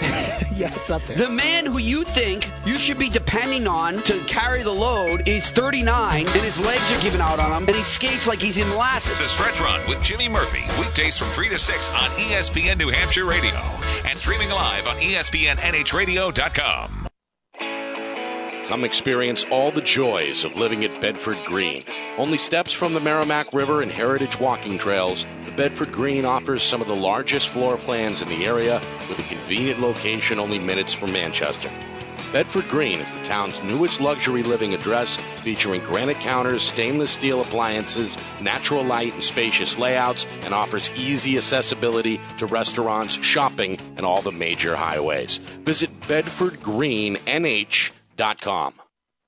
[SPEAKER 6] yeah, it's up there. The man who you think you should be depending on to carry the load is 39 and his legs are giving out on him and he skates like he's in molasses.
[SPEAKER 4] The Stretch Run with Jimmy Murphy, weekdays from 3 to 6 on E ESPN New Hampshire Radio and streaming live on E ESPNNHradio.com.
[SPEAKER 7] Come experience all the joys of living at Bedford Green. Only steps from the Merrimack River and heritage walking trails, the Bedford Green offers some of the largest floor plans in the area with a convenient location only minutes from Manchester. Bedford Green is the town's newest luxury living address featuring granite counters, stainless steel appliances, natural light and spacious layouts, and offers easy accessibility to restaurants, shopping, and all the major highways. Visit bedfordgreennh.com.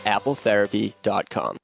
[SPEAKER 8] appletherapy.com.